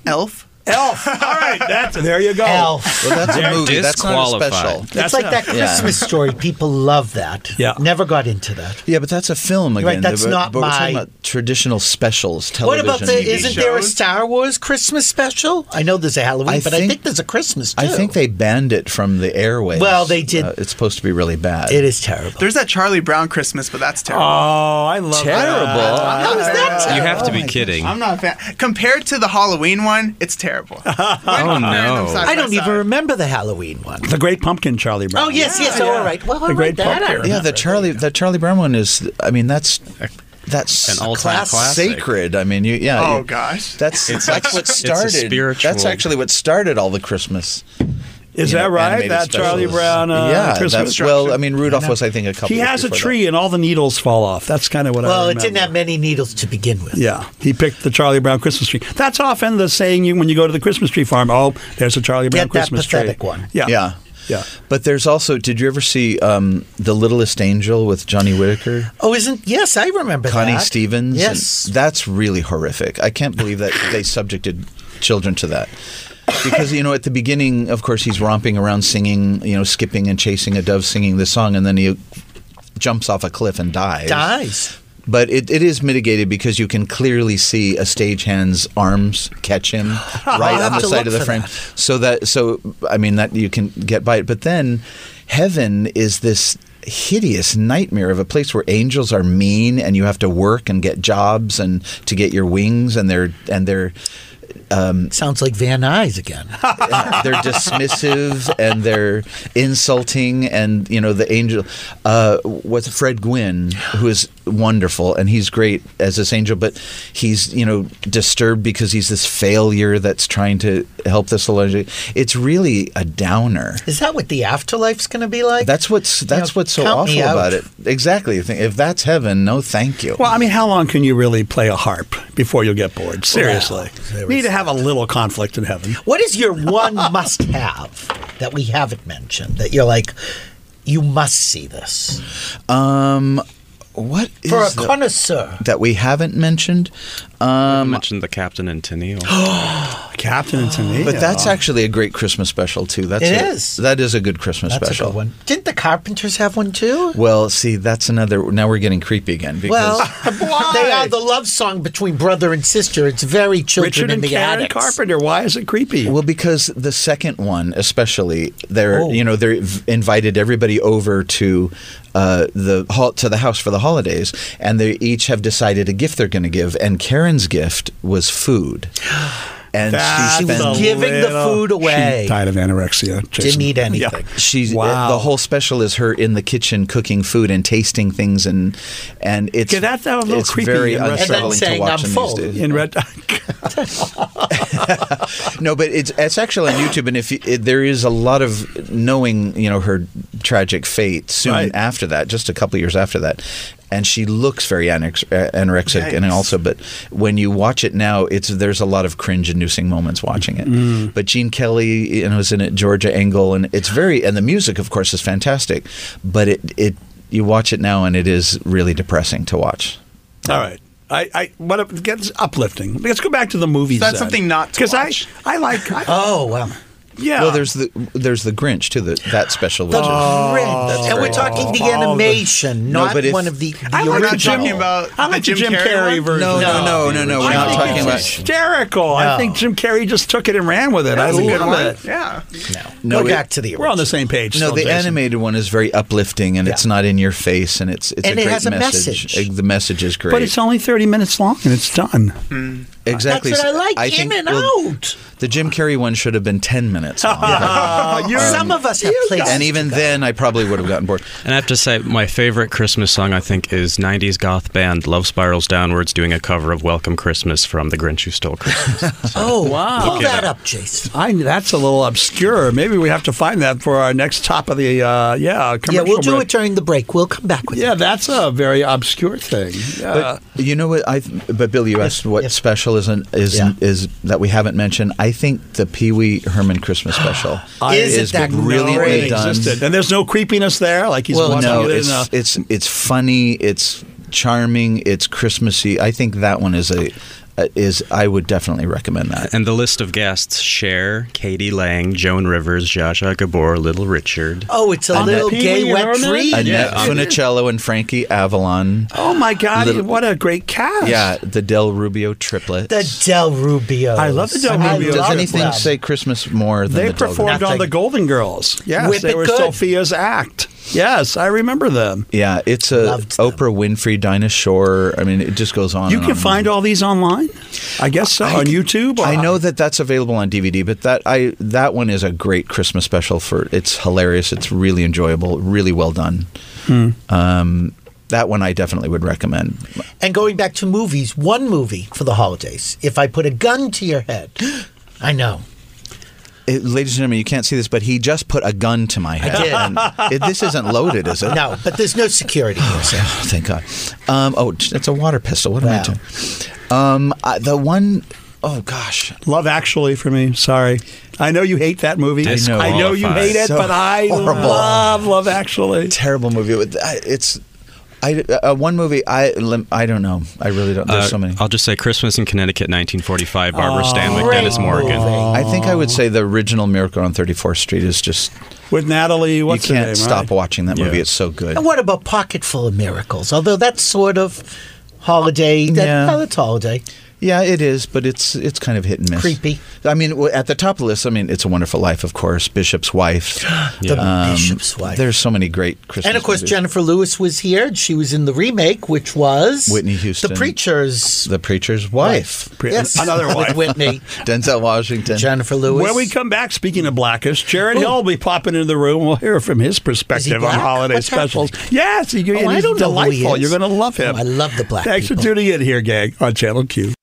Speaker 2: Elf.
Speaker 1: Elf. All right. That's there. You go.
Speaker 2: Elf.
Speaker 8: Well, that's a movie. That's not a special.
Speaker 1: That's
Speaker 2: it's like
Speaker 1: not-
Speaker 2: that
Speaker 8: yeah.
Speaker 2: Christmas story. People love that.
Speaker 8: Yeah.
Speaker 2: Never got into that.
Speaker 8: Yeah, but that's a film again.
Speaker 2: Right, that's
Speaker 8: but,
Speaker 2: not
Speaker 8: but we're talking
Speaker 2: my-
Speaker 8: about traditional specials.
Speaker 2: What
Speaker 8: Television
Speaker 2: about the?
Speaker 8: TV
Speaker 2: Isn't there a
Speaker 8: shows.
Speaker 2: Star Wars Christmas special? I know there's a Halloween,
Speaker 8: I
Speaker 2: but I
Speaker 8: think-
Speaker 2: think there's a Christmas too.
Speaker 8: I think they banned it from the airways.
Speaker 2: Well, they did-
Speaker 8: Uh, it's supposed to be really bad.
Speaker 2: it is terrible.
Speaker 3: There's that Charlie Brown Christmas, but that's terrible.
Speaker 1: Oh, I love
Speaker 8: Terrible.
Speaker 1: that.
Speaker 3: How is that
Speaker 10: You have to
Speaker 3: terrible?
Speaker 10: be kidding.
Speaker 3: Uh, I'm not a fan. Compared to the Halloween one, it's terrible. When
Speaker 8: Oh,
Speaker 3: comparing them side
Speaker 2: I
Speaker 3: by
Speaker 2: don't
Speaker 3: side.
Speaker 2: even remember the Halloween one.
Speaker 1: The Great Pumpkin, Charlie Brown.
Speaker 2: Oh yes, yes. oh, All right. Well, all
Speaker 1: The
Speaker 2: right,
Speaker 1: Great
Speaker 2: that I
Speaker 1: Pumpkin.
Speaker 2: remember.
Speaker 8: Yeah, the Charlie the Charlie Brown one is. I mean, that's that's
Speaker 10: An all-time
Speaker 8: class
Speaker 10: classic.
Speaker 8: sacred. I mean, you, yeah.
Speaker 10: Oh,
Speaker 8: you-
Speaker 10: gosh.
Speaker 8: that's
Speaker 10: It's-
Speaker 8: that's what
Speaker 10: it's a
Speaker 8: started.
Speaker 10: spiritual-
Speaker 8: That's actually what started all the Christmas.
Speaker 1: Is
Speaker 8: you
Speaker 1: that right?
Speaker 8: animated
Speaker 1: That Charlie
Speaker 8: specials.
Speaker 1: Brown, uh,
Speaker 8: yeah,
Speaker 1: Christmas
Speaker 8: that- well,
Speaker 1: structure?
Speaker 8: I mean, Rudolph was, I think, a couple.
Speaker 1: He
Speaker 8: years
Speaker 1: has a
Speaker 8: before that.
Speaker 1: tree, and all the needles fall off. That's kind of what I.
Speaker 2: well, it
Speaker 1: remember.
Speaker 2: didn't have many needles to begin with.
Speaker 1: Yeah, he picked the Charlie Brown Christmas tree. That's often the saying you, when you go to the Christmas tree farm. Oh, there's a Charlie Brown
Speaker 8: Get that
Speaker 1: Christmas
Speaker 8: pathetic
Speaker 1: tree.
Speaker 8: one.
Speaker 1: Yeah,
Speaker 8: Yeah.
Speaker 1: yeah.
Speaker 8: But there's also. Did you ever see um, The Littlest Angel with Johnny Whitaker?
Speaker 2: Oh, isn't yes, I remember
Speaker 8: Connie
Speaker 2: that.
Speaker 8: Stevens. and
Speaker 2: Yes.
Speaker 8: that's really horrific. I can't believe that they subjected children to that. Because you know, at the beginning, of course, he's romping around, singing, you know, skipping and chasing a dove, singing this song, and then he jumps off a cliff and dies.
Speaker 2: Dies.
Speaker 8: But it, it is mitigated because you can clearly see a stagehand's arms catch him right
Speaker 2: I'll
Speaker 8: on
Speaker 2: have
Speaker 8: the
Speaker 2: to
Speaker 8: side
Speaker 2: look
Speaker 8: of the
Speaker 2: for
Speaker 8: frame. So that so I mean that you can get by it. But then heaven is this hideous nightmare of a place where angels are mean and you have to work and get jobs and to get your wings and they're and they're um,
Speaker 2: sounds like Van Nuys again.
Speaker 8: they're dismissive and they're insulting and you know the angel uh what's Fred Gwynn who is wonderful and he's great as this angel but he's you know disturbed because he's this failure that's trying to help this alleged it's really a downer
Speaker 2: Is that what the afterlife's going to be like?
Speaker 8: that's what's that's what's so
Speaker 2: count
Speaker 8: awful
Speaker 2: me out.
Speaker 8: about it exactly You think, if that's heaven no thank you
Speaker 1: Well, I mean, how long can you really play a harp before you'll get bored? Seriously,
Speaker 2: there
Speaker 1: need to have a little conflict in heaven.
Speaker 2: What is your one must have that we haven't mentioned that you're like, you must see this?
Speaker 8: um what is
Speaker 2: For a
Speaker 8: the-
Speaker 2: connoisseur.
Speaker 8: that we haven't mentioned um
Speaker 10: mentioned the captain and Tennille.
Speaker 1: Captain and Tennille.
Speaker 8: But that's actually a great Christmas special too. That's
Speaker 2: It
Speaker 8: a,
Speaker 2: is.
Speaker 8: That is a good Christmas
Speaker 2: That's
Speaker 8: special.
Speaker 2: a good one. Didn't the Carpenters have one too?
Speaker 8: Well, see, that's another. Now we're getting creepy again because
Speaker 2: well, they are the love song between brother and sister. It's very children
Speaker 1: Richard
Speaker 2: in
Speaker 1: and
Speaker 2: the
Speaker 1: Karen
Speaker 2: attics.
Speaker 1: Carpenter. Why is it creepy?
Speaker 8: Well, because the second one, especially, they're
Speaker 2: Oh.
Speaker 8: you know they v- invited everybody over to uh, the hall to the house for the holidays, and they each have decided a gift they're going to give, and Karen's gift was food. And
Speaker 1: That's
Speaker 8: she
Speaker 1: a
Speaker 8: spends
Speaker 2: Giving the
Speaker 1: little-
Speaker 2: food away.
Speaker 1: She died of anorexia. Jason.
Speaker 2: Didn't eat anything.
Speaker 1: Yeah.
Speaker 8: She's uh,
Speaker 1: Wow.
Speaker 8: the whole special is her in the kitchen cooking food and tasting things and and it's
Speaker 1: Yeah, that- that was a little
Speaker 8: it's
Speaker 1: creepy
Speaker 8: very
Speaker 1: in retrospect.
Speaker 2: And
Speaker 8: unsettling
Speaker 2: then
Speaker 8: to
Speaker 2: saying, "I'm
Speaker 8: watch them
Speaker 2: full."
Speaker 8: these days.
Speaker 1: In red,
Speaker 8: No, but it's it's actually on YouTube, and if you, it, there is a lot of knowing, you know, her tragic fate soon
Speaker 1: Right.
Speaker 8: after that, just a couple years after that, and she looks very anorex- uh, anorexic, and
Speaker 1: Yikes.
Speaker 8: also, but when you watch it now, it's there's a lot of cringe-inducing moments watching it.
Speaker 1: Mm.
Speaker 8: But Gene Kelly, you know, is in it, Georgia Engel, and it's very, and the music, of course, is fantastic, but it it you watch it now, and it is really depressing to watch.
Speaker 1: All right. I, I what it gets uplifting. Let's go back to the movies.
Speaker 3: So that's
Speaker 1: then.
Speaker 3: something not to
Speaker 1: because I
Speaker 3: watch.
Speaker 1: I like I,
Speaker 2: Oh wow.
Speaker 1: yeah.
Speaker 8: Well, there's the there's the Grinch too, the, that special.
Speaker 2: The
Speaker 8: which is-
Speaker 2: Grinch.
Speaker 8: That's
Speaker 1: Oh.
Speaker 2: and we're
Speaker 8: very
Speaker 2: talking the
Speaker 1: awful.
Speaker 2: animation,
Speaker 8: No,
Speaker 2: not
Speaker 8: but if-
Speaker 2: one of the, the
Speaker 1: I like
Speaker 3: We're
Speaker 1: the
Speaker 3: not
Speaker 2: original.
Speaker 3: talking about
Speaker 1: I like
Speaker 3: the Jim, Carrey, one?
Speaker 1: version.
Speaker 8: No, no, no, no, no. We're
Speaker 1: I
Speaker 8: not
Speaker 1: think
Speaker 8: talking
Speaker 1: it's
Speaker 8: about.
Speaker 1: hysterical. I
Speaker 2: No.
Speaker 1: think Jim Carrey just took it and ran with it.
Speaker 3: That's
Speaker 1: I
Speaker 3: a good
Speaker 1: love
Speaker 3: one.
Speaker 1: it.
Speaker 3: Yeah.
Speaker 8: No,
Speaker 2: Go
Speaker 8: it-
Speaker 2: back to the original.
Speaker 1: We're on the same page.
Speaker 8: No,
Speaker 1: still,
Speaker 8: the
Speaker 1: Jason.
Speaker 8: animated one is very uplifting, and it's
Speaker 2: Yeah.
Speaker 8: not in your face, and it's it's
Speaker 2: And
Speaker 8: a
Speaker 2: it
Speaker 8: great
Speaker 2: has a message.
Speaker 8: Uh, The message is great. Hmm.
Speaker 1: But it's only thirty minutes long and it's done.
Speaker 8: exactly.
Speaker 2: That's what I like. in
Speaker 8: think-
Speaker 2: and
Speaker 8: well,
Speaker 2: out.
Speaker 8: The Jim Carrey one should have been ten minutes. Long,
Speaker 2: Some of us have played.
Speaker 8: and even then, I probably would have gotten bored.
Speaker 10: And I have to say, my favorite Christmas song, I think, is 90s goth band Love Spirals Downwards doing a cover of Welcome Christmas from The Grinch Who Stole Christmas.
Speaker 2: Oh
Speaker 1: Wow.
Speaker 2: Pull
Speaker 1: Okay.
Speaker 2: that up, Jason.
Speaker 1: I that's a little obscure. Maybe we have to find that for our next top of the uh, yeah
Speaker 2: Yeah,
Speaker 1: commercial.
Speaker 2: we'll do
Speaker 1: break.
Speaker 2: it during the break. We'll come back with
Speaker 1: Yeah,
Speaker 2: it.
Speaker 1: that's a very obscure thing. Yeah.
Speaker 8: But you know what? I th- but Bill, you asked what
Speaker 2: yes.
Speaker 8: special isn't is
Speaker 2: Yeah.
Speaker 8: is that we haven't mentioned. I think the Pee Wee Herman Christmas special
Speaker 1: I-
Speaker 2: Isn't
Speaker 8: is
Speaker 2: that
Speaker 8: brilliantly
Speaker 2: great?
Speaker 8: done.
Speaker 1: existed. And there's no creepiness there. Like he's
Speaker 8: well,
Speaker 1: watching
Speaker 8: no,
Speaker 1: it in uh,
Speaker 8: it's,
Speaker 1: a-
Speaker 8: it's it's funny, it's charming, it's Christmassy. I think that one is a uh, is I would definitely recommend that.
Speaker 10: and the list of guests Cher, Katie Lang, Joan Rivers, Zsa Zsa Gabor, Little Richard.
Speaker 2: Oh, it's a
Speaker 8: Annette-
Speaker 2: little gay
Speaker 1: Pee-wee
Speaker 2: wet
Speaker 1: Herman?
Speaker 2: dream.
Speaker 8: Annette
Speaker 10: Yeah.
Speaker 8: Funicello and Frankie Avalon.
Speaker 1: Oh my God!
Speaker 8: Little-
Speaker 1: what a great cast!
Speaker 8: Yeah, the Del Rubio triplets.
Speaker 2: The Del Rubio.
Speaker 1: I love the Del
Speaker 8: I mean,
Speaker 1: Rubio
Speaker 8: does
Speaker 1: triplets.
Speaker 8: anything say Christmas more than
Speaker 1: they
Speaker 8: the Del
Speaker 1: performed
Speaker 8: Rubio?
Speaker 1: on
Speaker 2: Nothing.
Speaker 1: the Golden Girls. Yes,
Speaker 2: Whip
Speaker 1: they
Speaker 2: it
Speaker 1: were
Speaker 2: good.
Speaker 1: Sophia's act. Yes, I remember them.
Speaker 8: Yeah, it's a
Speaker 2: Loved them.
Speaker 8: Oprah Winfrey, Dinah Shore. I mean, it just goes on.
Speaker 1: You
Speaker 8: and
Speaker 1: can
Speaker 8: on.
Speaker 1: find all these online. I guess so on YouTube. or-
Speaker 8: I know that that's available on DVD, but that I that one is a great Christmas
Speaker 1: Hmm.
Speaker 8: special for. It's hilarious. It's really enjoyable. Really well done. Um, that one I definitely would recommend.
Speaker 9: And going back to movies, one movie for the holidays. If I put a gun to your head, I know.
Speaker 8: It- Eh, ladies and gentlemen, you can't see this, but he just put a gun to my head.
Speaker 9: did.
Speaker 8: And it- this isn't loaded, is it?
Speaker 9: No, but there's no security here. Sam.
Speaker 8: Oh, thank God. Um, oh, it's a water pistol. What am I
Speaker 9: Wow.
Speaker 8: doing? Um, I, the one oh gosh,
Speaker 1: Love Actually for me. Sorry, I know you hate that movie.
Speaker 8: I know,
Speaker 1: I know you hate it,
Speaker 8: So
Speaker 1: but I
Speaker 8: horrible.
Speaker 1: love Love Actually.
Speaker 8: Terrible movie. It- I- It's I uh, one movie. I lim- I don't know. I really don't. There's
Speaker 10: Uh,
Speaker 8: so many.
Speaker 10: I'll just say Christmas in Connecticut, 1945. Barbara Stanwyck, Dennis Morgan.
Speaker 8: I think I would say the original Miracle on 34th Street is just
Speaker 1: with Natalie.
Speaker 9: what's
Speaker 8: you
Speaker 9: her
Speaker 8: can't
Speaker 9: name,
Speaker 8: stop
Speaker 9: right?
Speaker 8: watching that movie.
Speaker 9: Yeah.
Speaker 8: It's so good.
Speaker 9: And what about Pocket Full of Miracles? Although that's sort of holiday. That,
Speaker 8: Yeah.
Speaker 9: no, it's holiday.
Speaker 8: Yeah, it is, but it's it's kind of hit and miss.
Speaker 9: Creepy.
Speaker 8: I mean, w- at the top of the list, I mean, It's a Wonderful Life, of course, Bishop's Wife. Um,
Speaker 9: The Bishop's Wife.
Speaker 8: There's so many great Christmas.
Speaker 9: and of course,
Speaker 8: movies.
Speaker 9: Jennifer Lewis was here. and She was in the remake, which was
Speaker 8: Whitney Houston.
Speaker 9: The Preacher's.
Speaker 8: The Preacher's Wife.
Speaker 9: Pre- Yes. another wife.
Speaker 1: With
Speaker 9: Whitney.
Speaker 8: Denzel Washington.
Speaker 9: Jennifer
Speaker 1: When we come back, speaking of blackish, Jared Hill will be popping into the room. We'll hear from his perspective on
Speaker 9: black?
Speaker 1: holiday
Speaker 9: What's
Speaker 1: specials. Yes, he,
Speaker 9: Oh,
Speaker 1: and
Speaker 9: I
Speaker 1: he's
Speaker 9: don't know who he
Speaker 1: delightful.
Speaker 9: is.
Speaker 1: You're going to love him.
Speaker 9: Oh, I love the black
Speaker 1: Thanks
Speaker 9: people.
Speaker 1: for tuning in here, gang, on Channel Q.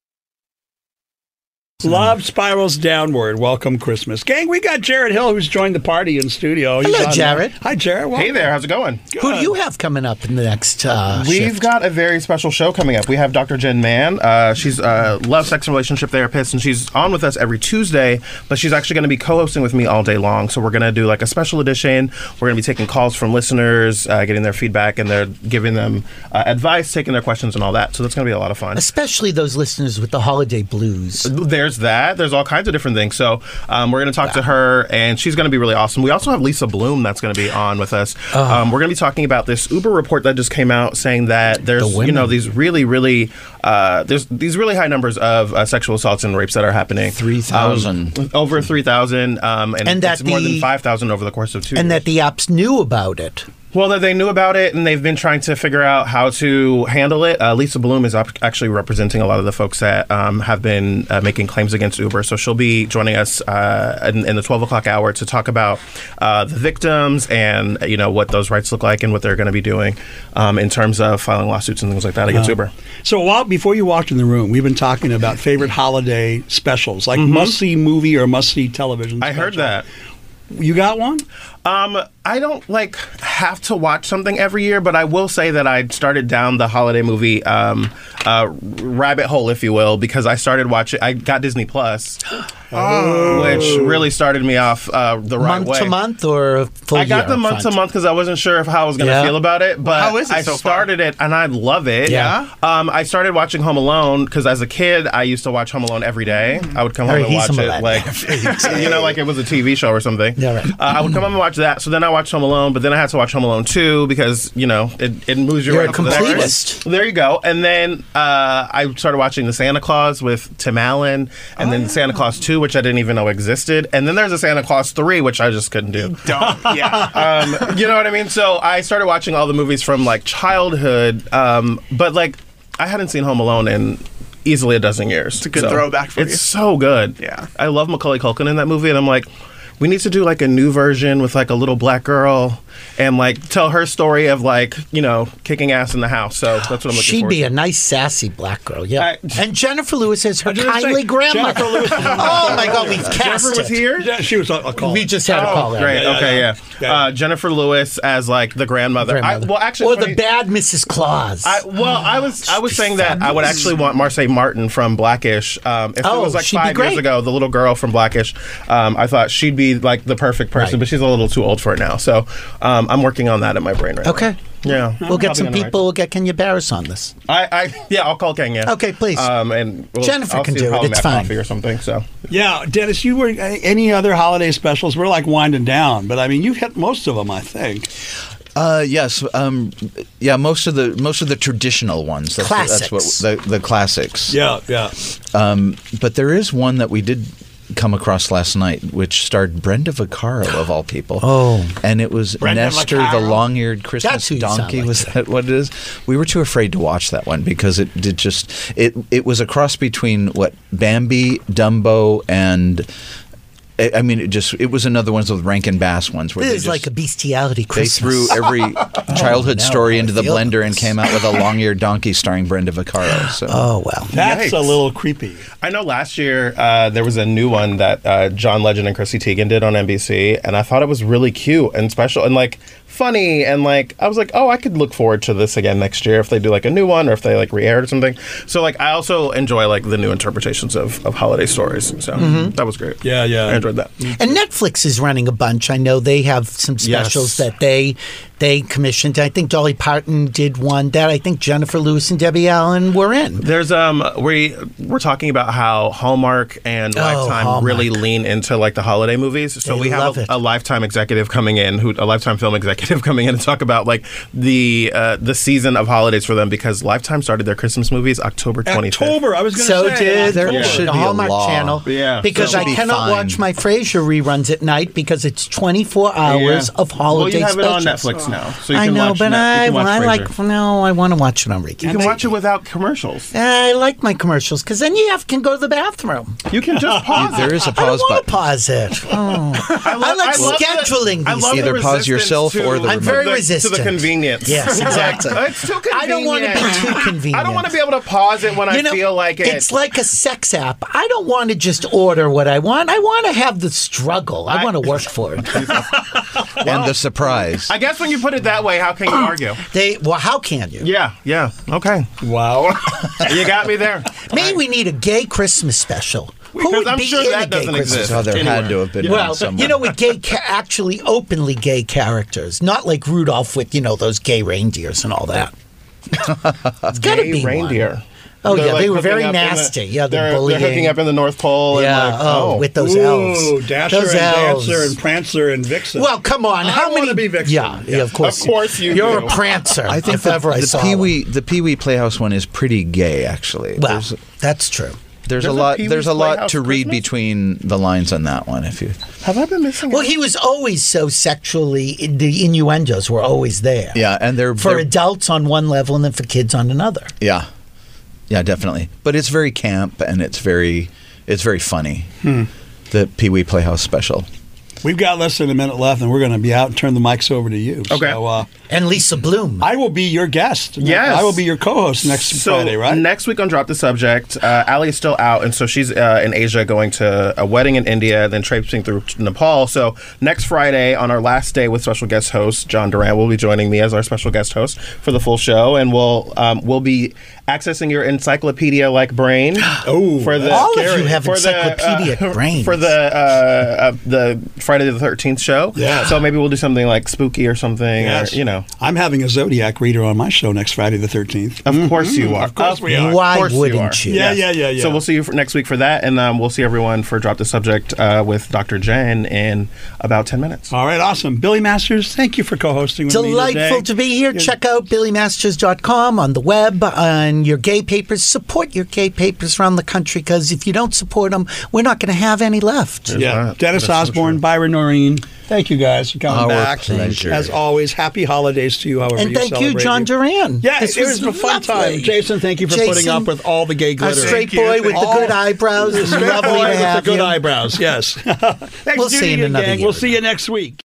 Speaker 1: Love spirals downward. Welcome Christmas, gang. We got Jared Hill who's joined the party in studio. He's
Speaker 9: Hello,
Speaker 1: on-
Speaker 9: Jared.
Speaker 1: Hi, Jared.
Speaker 9: Hey
Speaker 1: there.
Speaker 11: How's it going?
Speaker 9: Who do you have coming up in the next? Uh,
Speaker 11: We've
Speaker 9: shift?
Speaker 11: got a very special show coming up. We have Dr. Jen Mann. Uh, she's a love, sex, and relationship therapist, and she's on with us every Tuesday, but she's actually going to be co hosting with me all day long. So we're going to do like a special edition. We're going to be taking calls from listeners, uh, getting their feedback, and they're giving them uh, advice, taking their questions, and all that. So that's going to be a lot of fun. Uh,
Speaker 9: especially those listeners with the holiday blues.
Speaker 11: There's that. There's all kinds of different things. So um, we're going to talk to her, and she's going to be really awesome. We also have Lisa Bloom that's going to be on with us.
Speaker 9: Uh-huh.
Speaker 11: Um, we're going to be talking about this Uber report that just came out saying that there's you know these really really uh, there's these really high numbers of uh, sexual assaults and rapes that are happening. Three
Speaker 8: 3,000.
Speaker 11: over three thousand, um, and,
Speaker 9: And
Speaker 11: that's
Speaker 9: that
Speaker 11: more than
Speaker 9: the-
Speaker 11: five thousand over the course of two.
Speaker 9: and
Speaker 11: years.
Speaker 9: that the apps knew about it.
Speaker 11: Well, that they knew about it and they've been trying to figure out how to handle it. Uh, Lisa Bloom is up actually representing a lot of the folks that um, have been uh, making claims against Uber. So she'll be joining us uh, in, in the 12 o'clock hour to talk about uh, the victims and, you know, what those rights look like and what they're going to be doing um, in terms of filing lawsuits and things like that against
Speaker 1: Wow.
Speaker 11: Uber.
Speaker 1: Uh, So while before you walked in the room, we've been talking about favorite holiday specials, like
Speaker 11: Mhm.
Speaker 1: must see movie or must see television.
Speaker 11: I heard that.
Speaker 1: You got one?
Speaker 11: Um, I don't like have to watch something every year, but I will say that I started down the holiday movie um, uh, rabbit hole, if you will, because I started watching. I got Disney Plus,
Speaker 9: Oh.
Speaker 11: which really started me off uh, the right
Speaker 9: month
Speaker 11: way.
Speaker 9: to month or a full
Speaker 11: I got
Speaker 9: year
Speaker 11: the month to
Speaker 9: upfront?
Speaker 11: month because I wasn't sure if how I was going to
Speaker 9: Yeah.
Speaker 11: feel about it, but
Speaker 9: How is it
Speaker 11: I
Speaker 9: so far?
Speaker 11: started it and I love it.
Speaker 9: Yeah.
Speaker 11: Um, I started watching Home Alone because as a kid I used to watch Home Alone every day. I would come
Speaker 9: Or
Speaker 11: home and
Speaker 9: he's
Speaker 11: watch
Speaker 9: Home
Speaker 11: it
Speaker 9: Alone
Speaker 11: like you know like it was a TV show or something. Yeah, right. Uh, I would come home and watch that. So then I watched Home Alone, but then I had to watch Home Alone two because you know it, it moves you
Speaker 9: You're
Speaker 11: right
Speaker 9: a
Speaker 11: to the next one.
Speaker 9: completist.
Speaker 11: There you go. And then uh, I started watching the Santa Claus with Tim Allen, and
Speaker 9: Oh,
Speaker 11: then Santa Claus two, which I didn't even know existed, and then there's a Santa Claus three, which I just couldn't do yeah. um, you know what I mean? So I started watching all the movies from like childhood, um, but like I hadn't seen Home Alone in easily a dozen years. It's a
Speaker 3: good throwback for
Speaker 11: it's
Speaker 3: you.
Speaker 11: so good. Yeah. I love Macaulay Culkin in that movie, and I'm like, we need to do like a new version with like a little black girl and like tell her story of like, you know, kicking ass in the house. So that's what I'm looking
Speaker 9: She'd
Speaker 11: forward
Speaker 9: be
Speaker 11: to.
Speaker 9: a nice, sassy black girl. Yeah. and Jennifer Lewis is her
Speaker 11: was gonna
Speaker 9: kindly
Speaker 11: say,
Speaker 9: grandma.
Speaker 11: Jennifer Lewis-
Speaker 9: oh my God, we've
Speaker 11: Jennifer
Speaker 9: cast
Speaker 11: was
Speaker 9: it.
Speaker 11: here? Oh,
Speaker 1: Yeah, she was on a call.
Speaker 9: We just had a call. in.
Speaker 11: Great. okay. Yeah. Uh, Jennifer Lewis as like the grandmother. I,
Speaker 9: Grandmother.
Speaker 11: well, actually,
Speaker 9: or
Speaker 11: funny-
Speaker 9: the bad Mrs. Claus.
Speaker 11: I, well, I was I was saying that I would actually want Marseille Martin from Blackish. Um, if
Speaker 9: Oh,
Speaker 11: it was like
Speaker 9: she'd be
Speaker 11: five years
Speaker 9: great.
Speaker 11: ago, the little girl from Blackish, um, I thought she'd be like the perfect person,
Speaker 9: Right.
Speaker 11: but she's a little too old for it now. So um, I'm working on that in my brain right
Speaker 9: okay.
Speaker 11: now. Yeah,
Speaker 9: We'll get
Speaker 11: Probably
Speaker 9: some
Speaker 11: gonna write-
Speaker 9: people. We'll get Kenya Barris on this.
Speaker 11: I, I yeah, I'll call Kenya.
Speaker 9: Okay, please.
Speaker 11: Um, and we'll,
Speaker 9: Jennifer
Speaker 11: I'll
Speaker 9: can
Speaker 11: see
Speaker 9: do
Speaker 11: if
Speaker 9: it.
Speaker 11: I'll
Speaker 9: It's
Speaker 11: make
Speaker 9: fine.
Speaker 11: coffee or something. So
Speaker 1: Yeah, Dennis, you were any other holiday specials? We're like winding down, but I mean, you've hit most of them, I think.
Speaker 8: Uh, yes, um, yeah. Most of the most of the traditional ones. That's,
Speaker 1: Classics.
Speaker 8: That's what the, the classics.
Speaker 1: Yeah, yeah.
Speaker 8: Um, but there is one that we did come across last night, which starred Brenda Vaccaro of all people.
Speaker 9: Oh.
Speaker 8: and it was
Speaker 9: Brenda
Speaker 8: Nestor the
Speaker 9: Vaccaro?
Speaker 8: long-eared
Speaker 9: That's
Speaker 8: Christmas
Speaker 9: who you sound
Speaker 8: donkey.
Speaker 9: like.
Speaker 8: Was that what it is? We were too afraid to watch that one because it did just it. It was a cross between what Bambi, Dumbo, and I I mean, it just it was another one of those Rankin Bass ones where
Speaker 2: This
Speaker 8: they
Speaker 2: is
Speaker 8: just-
Speaker 2: like a bestiality Christmas.
Speaker 8: They threw every childhood
Speaker 2: Oh, now
Speaker 8: story
Speaker 2: I
Speaker 8: into the
Speaker 2: feel
Speaker 8: blender and came out with a long-eared donkey starring Brenda Vaccaro. So.
Speaker 2: Oh wow,
Speaker 1: That's a little creepy.
Speaker 11: I know last year uh, there was a new one that uh, John Legend and Chrissy Teigen did on NBC, and I thought it was really cute and special and like funny and like I was like, oh, I could look forward to this again next year if they do like a new one or if they like re-air it or something. So like I also enjoy like the new interpretations of, of holiday stories. So
Speaker 1: Mm-hmm.
Speaker 2: Mhm.
Speaker 11: that was great.
Speaker 1: Yeah, yeah,
Speaker 11: I enjoyed that.
Speaker 2: And Netflix is running a bunch. I know they have some specials that they they commissioned. I think Dolly Parton did one that I think Jennifer Lewis and Debbie Allen were in.
Speaker 11: There's um we we're talking about how Hallmark and
Speaker 2: Oh,
Speaker 11: Lifetime
Speaker 2: Hallmark.
Speaker 11: really lean into like the holiday movies. So
Speaker 2: They
Speaker 11: we have
Speaker 2: love
Speaker 11: a,
Speaker 2: it.
Speaker 11: a Lifetime executive coming in, who a Lifetime film executive coming in to talk about like the uh, the season of holidays for them because Lifetime started their Christmas movies October 25th.
Speaker 1: October. I was going to
Speaker 2: so
Speaker 1: say.
Speaker 2: did
Speaker 1: October.
Speaker 2: the Hallmark Channel.
Speaker 11: Yeah.
Speaker 2: because
Speaker 11: That
Speaker 2: I
Speaker 11: should be
Speaker 2: cannot
Speaker 11: fine.
Speaker 2: watch my Frasier reruns at night because it's 24 hours
Speaker 11: Yeah.
Speaker 2: of holiday
Speaker 11: Well, you have
Speaker 2: specials.
Speaker 11: it on Netflix now, so you
Speaker 2: I
Speaker 11: can
Speaker 2: know,
Speaker 11: watch
Speaker 2: but
Speaker 11: Net- you
Speaker 2: I,
Speaker 11: can watch
Speaker 2: I like
Speaker 11: Frasier.
Speaker 2: no, I want to watch it on repeat.
Speaker 11: You can watch it without commercials.
Speaker 2: I like my commercials because then you have can go to the bathroom.
Speaker 11: You can just pause.
Speaker 8: There is a
Speaker 2: I don't
Speaker 8: pause
Speaker 2: wanna
Speaker 8: button.
Speaker 2: pause it. Oh. I, like scheduling. these things.
Speaker 8: Either pause yourself or the
Speaker 2: I'm
Speaker 8: remote.
Speaker 2: very
Speaker 11: to
Speaker 2: resistant
Speaker 11: the convenience.
Speaker 2: Yes,
Speaker 11: Like,
Speaker 2: exactly.
Speaker 11: it's too convenient.
Speaker 2: I don't want to be too convenient.
Speaker 11: I don't want to be able to pause it when I
Speaker 2: You know,
Speaker 11: feel like it.
Speaker 2: It's like a sex app. I don't want to just order what I want. I want to have the struggle. I, want to work for it.
Speaker 8: and the surprise.
Speaker 11: I guess when you put it that way, how can you argue?
Speaker 2: They well, how can you?
Speaker 11: Yeah, yeah. Okay.
Speaker 1: Wow.
Speaker 11: you got me there.
Speaker 2: Maybe we need a gay Christmas special. Who
Speaker 11: Because
Speaker 2: would
Speaker 11: I'm
Speaker 2: be
Speaker 11: sure
Speaker 2: in a
Speaker 11: that
Speaker 2: gay
Speaker 11: doesn't
Speaker 2: Christmas
Speaker 11: exist
Speaker 2: special?
Speaker 8: Oh, there had anywhere. to have been one
Speaker 2: Well, you
Speaker 8: somewhere.
Speaker 2: know, with gay, ca- actually openly gay characters, not like Rudolph with you know those gay reindeers and all that. it's got to
Speaker 11: Gay
Speaker 2: be one.
Speaker 11: reindeer.
Speaker 2: Oh
Speaker 11: They're,
Speaker 2: yeah,
Speaker 11: like,
Speaker 2: they were
Speaker 11: hooking
Speaker 2: very
Speaker 11: up in the-
Speaker 2: nasty. yeah, they're,
Speaker 11: they're,
Speaker 2: bullying.
Speaker 11: They're hooking up in the North Pole.
Speaker 2: Yeah,
Speaker 11: And like,
Speaker 2: oh, with those
Speaker 11: Ooh.
Speaker 1: Ooh,
Speaker 2: elves.
Speaker 1: Dasher
Speaker 2: Those
Speaker 1: and
Speaker 2: elves.
Speaker 1: Dancer and Prancer and Vixen.
Speaker 2: Well, come on.
Speaker 1: I
Speaker 2: How
Speaker 1: wanna
Speaker 2: many?
Speaker 1: be Vixen.
Speaker 2: Yeah, yeah, of course.
Speaker 1: you
Speaker 2: You're
Speaker 1: do.
Speaker 2: a prancer.
Speaker 8: I think
Speaker 2: if
Speaker 8: the,
Speaker 2: ever I
Speaker 8: the
Speaker 2: saw one.
Speaker 8: Pee-wee the Pee-wee Playhouse one is pretty gay, actually.
Speaker 2: Well,
Speaker 8: there's,
Speaker 2: that's true.
Speaker 8: There's,
Speaker 2: There's a
Speaker 8: a lot.
Speaker 2: Pee-wee's
Speaker 8: There's a lot
Speaker 2: Playhouse
Speaker 8: to read
Speaker 2: Christmas?
Speaker 8: between the lines on that one. If you
Speaker 11: Have I been missing?
Speaker 2: Well, he was always so sexually. The innuendos were always there.
Speaker 8: yeah, and they're
Speaker 2: For
Speaker 8: they're-
Speaker 2: adults on one level, and then for kids on another.
Speaker 8: yeah, yeah, definitely. But it's very camp and it's very it's very funny.
Speaker 1: Hmm.
Speaker 8: The Pee-wee Playhouse special.
Speaker 1: We've got less than a minute left, and we're going to be out and turn the mics over to you. Okay. So, uh,
Speaker 2: and Lisa Bloom.
Speaker 1: I will be your guest.
Speaker 11: Yes.
Speaker 1: I will be your co-host next
Speaker 11: so
Speaker 1: Friday, right?
Speaker 11: Next week on Drop the Subject, uh, Ali is still out, and so she's uh, in Asia going to a wedding in India, then traipsing through t- Nepal. So next Friday, on our last day with special guest host John Durant, will be joining me as our special guest host for the full show, and we'll um, we'll be accessing your encyclopedia-like brain. oh, for
Speaker 2: all of you have encyclopedia
Speaker 11: the, uh,
Speaker 2: brains.
Speaker 11: for the uh, uh, the Friday the Thirteenth show.
Speaker 1: Yeah.
Speaker 11: So maybe we'll do something like spooky or something,
Speaker 1: Yes.
Speaker 11: or you know.
Speaker 1: I'm having a Zodiac reader on my show next Friday the 13th.
Speaker 11: Of course you are.
Speaker 1: Of course we are.
Speaker 11: Of course are.
Speaker 1: Yeah, yeah,
Speaker 11: Yes.
Speaker 1: yeah, yeah.
Speaker 11: So we'll see you for next week for that, and um, we'll see everyone for Drop the Subject uh, with Dr. Jen in about 10 minutes.
Speaker 1: All right, awesome. Billy Masters, thank you for co-hosting with me today.
Speaker 2: Delightful to be here. Check out BillyMasters.com on the web, on your gay papers. Support your gay papers around the country because if you don't support them, we're not going to have any left.
Speaker 1: Yeah, Dennis Osborne, Byron Noreen. Thank you guys for coming
Speaker 2: Our
Speaker 1: back.
Speaker 2: pleasure.
Speaker 1: As always, happy holidays to you, however
Speaker 2: And
Speaker 1: you
Speaker 2: thank you,
Speaker 1: celebrate
Speaker 2: John
Speaker 1: it.
Speaker 2: Duran.
Speaker 1: Yeah,
Speaker 2: This
Speaker 1: it was,
Speaker 2: was
Speaker 1: a fun
Speaker 2: lovely.
Speaker 1: time. Jason, thank you for putting
Speaker 2: Jason,
Speaker 1: up with all the gay
Speaker 2: A
Speaker 1: glitter.
Speaker 2: straight boy with the
Speaker 1: All-
Speaker 2: good eyebrows. It's
Speaker 1: Straight
Speaker 2: lovely
Speaker 1: boy
Speaker 2: to
Speaker 1: with the
Speaker 2: have
Speaker 1: good
Speaker 2: you.
Speaker 1: eyebrows, yes. Thanks,
Speaker 2: We'll see
Speaker 1: Judy
Speaker 2: you in
Speaker 1: and
Speaker 2: another
Speaker 1: gang.
Speaker 2: year.
Speaker 1: We'll see you next week.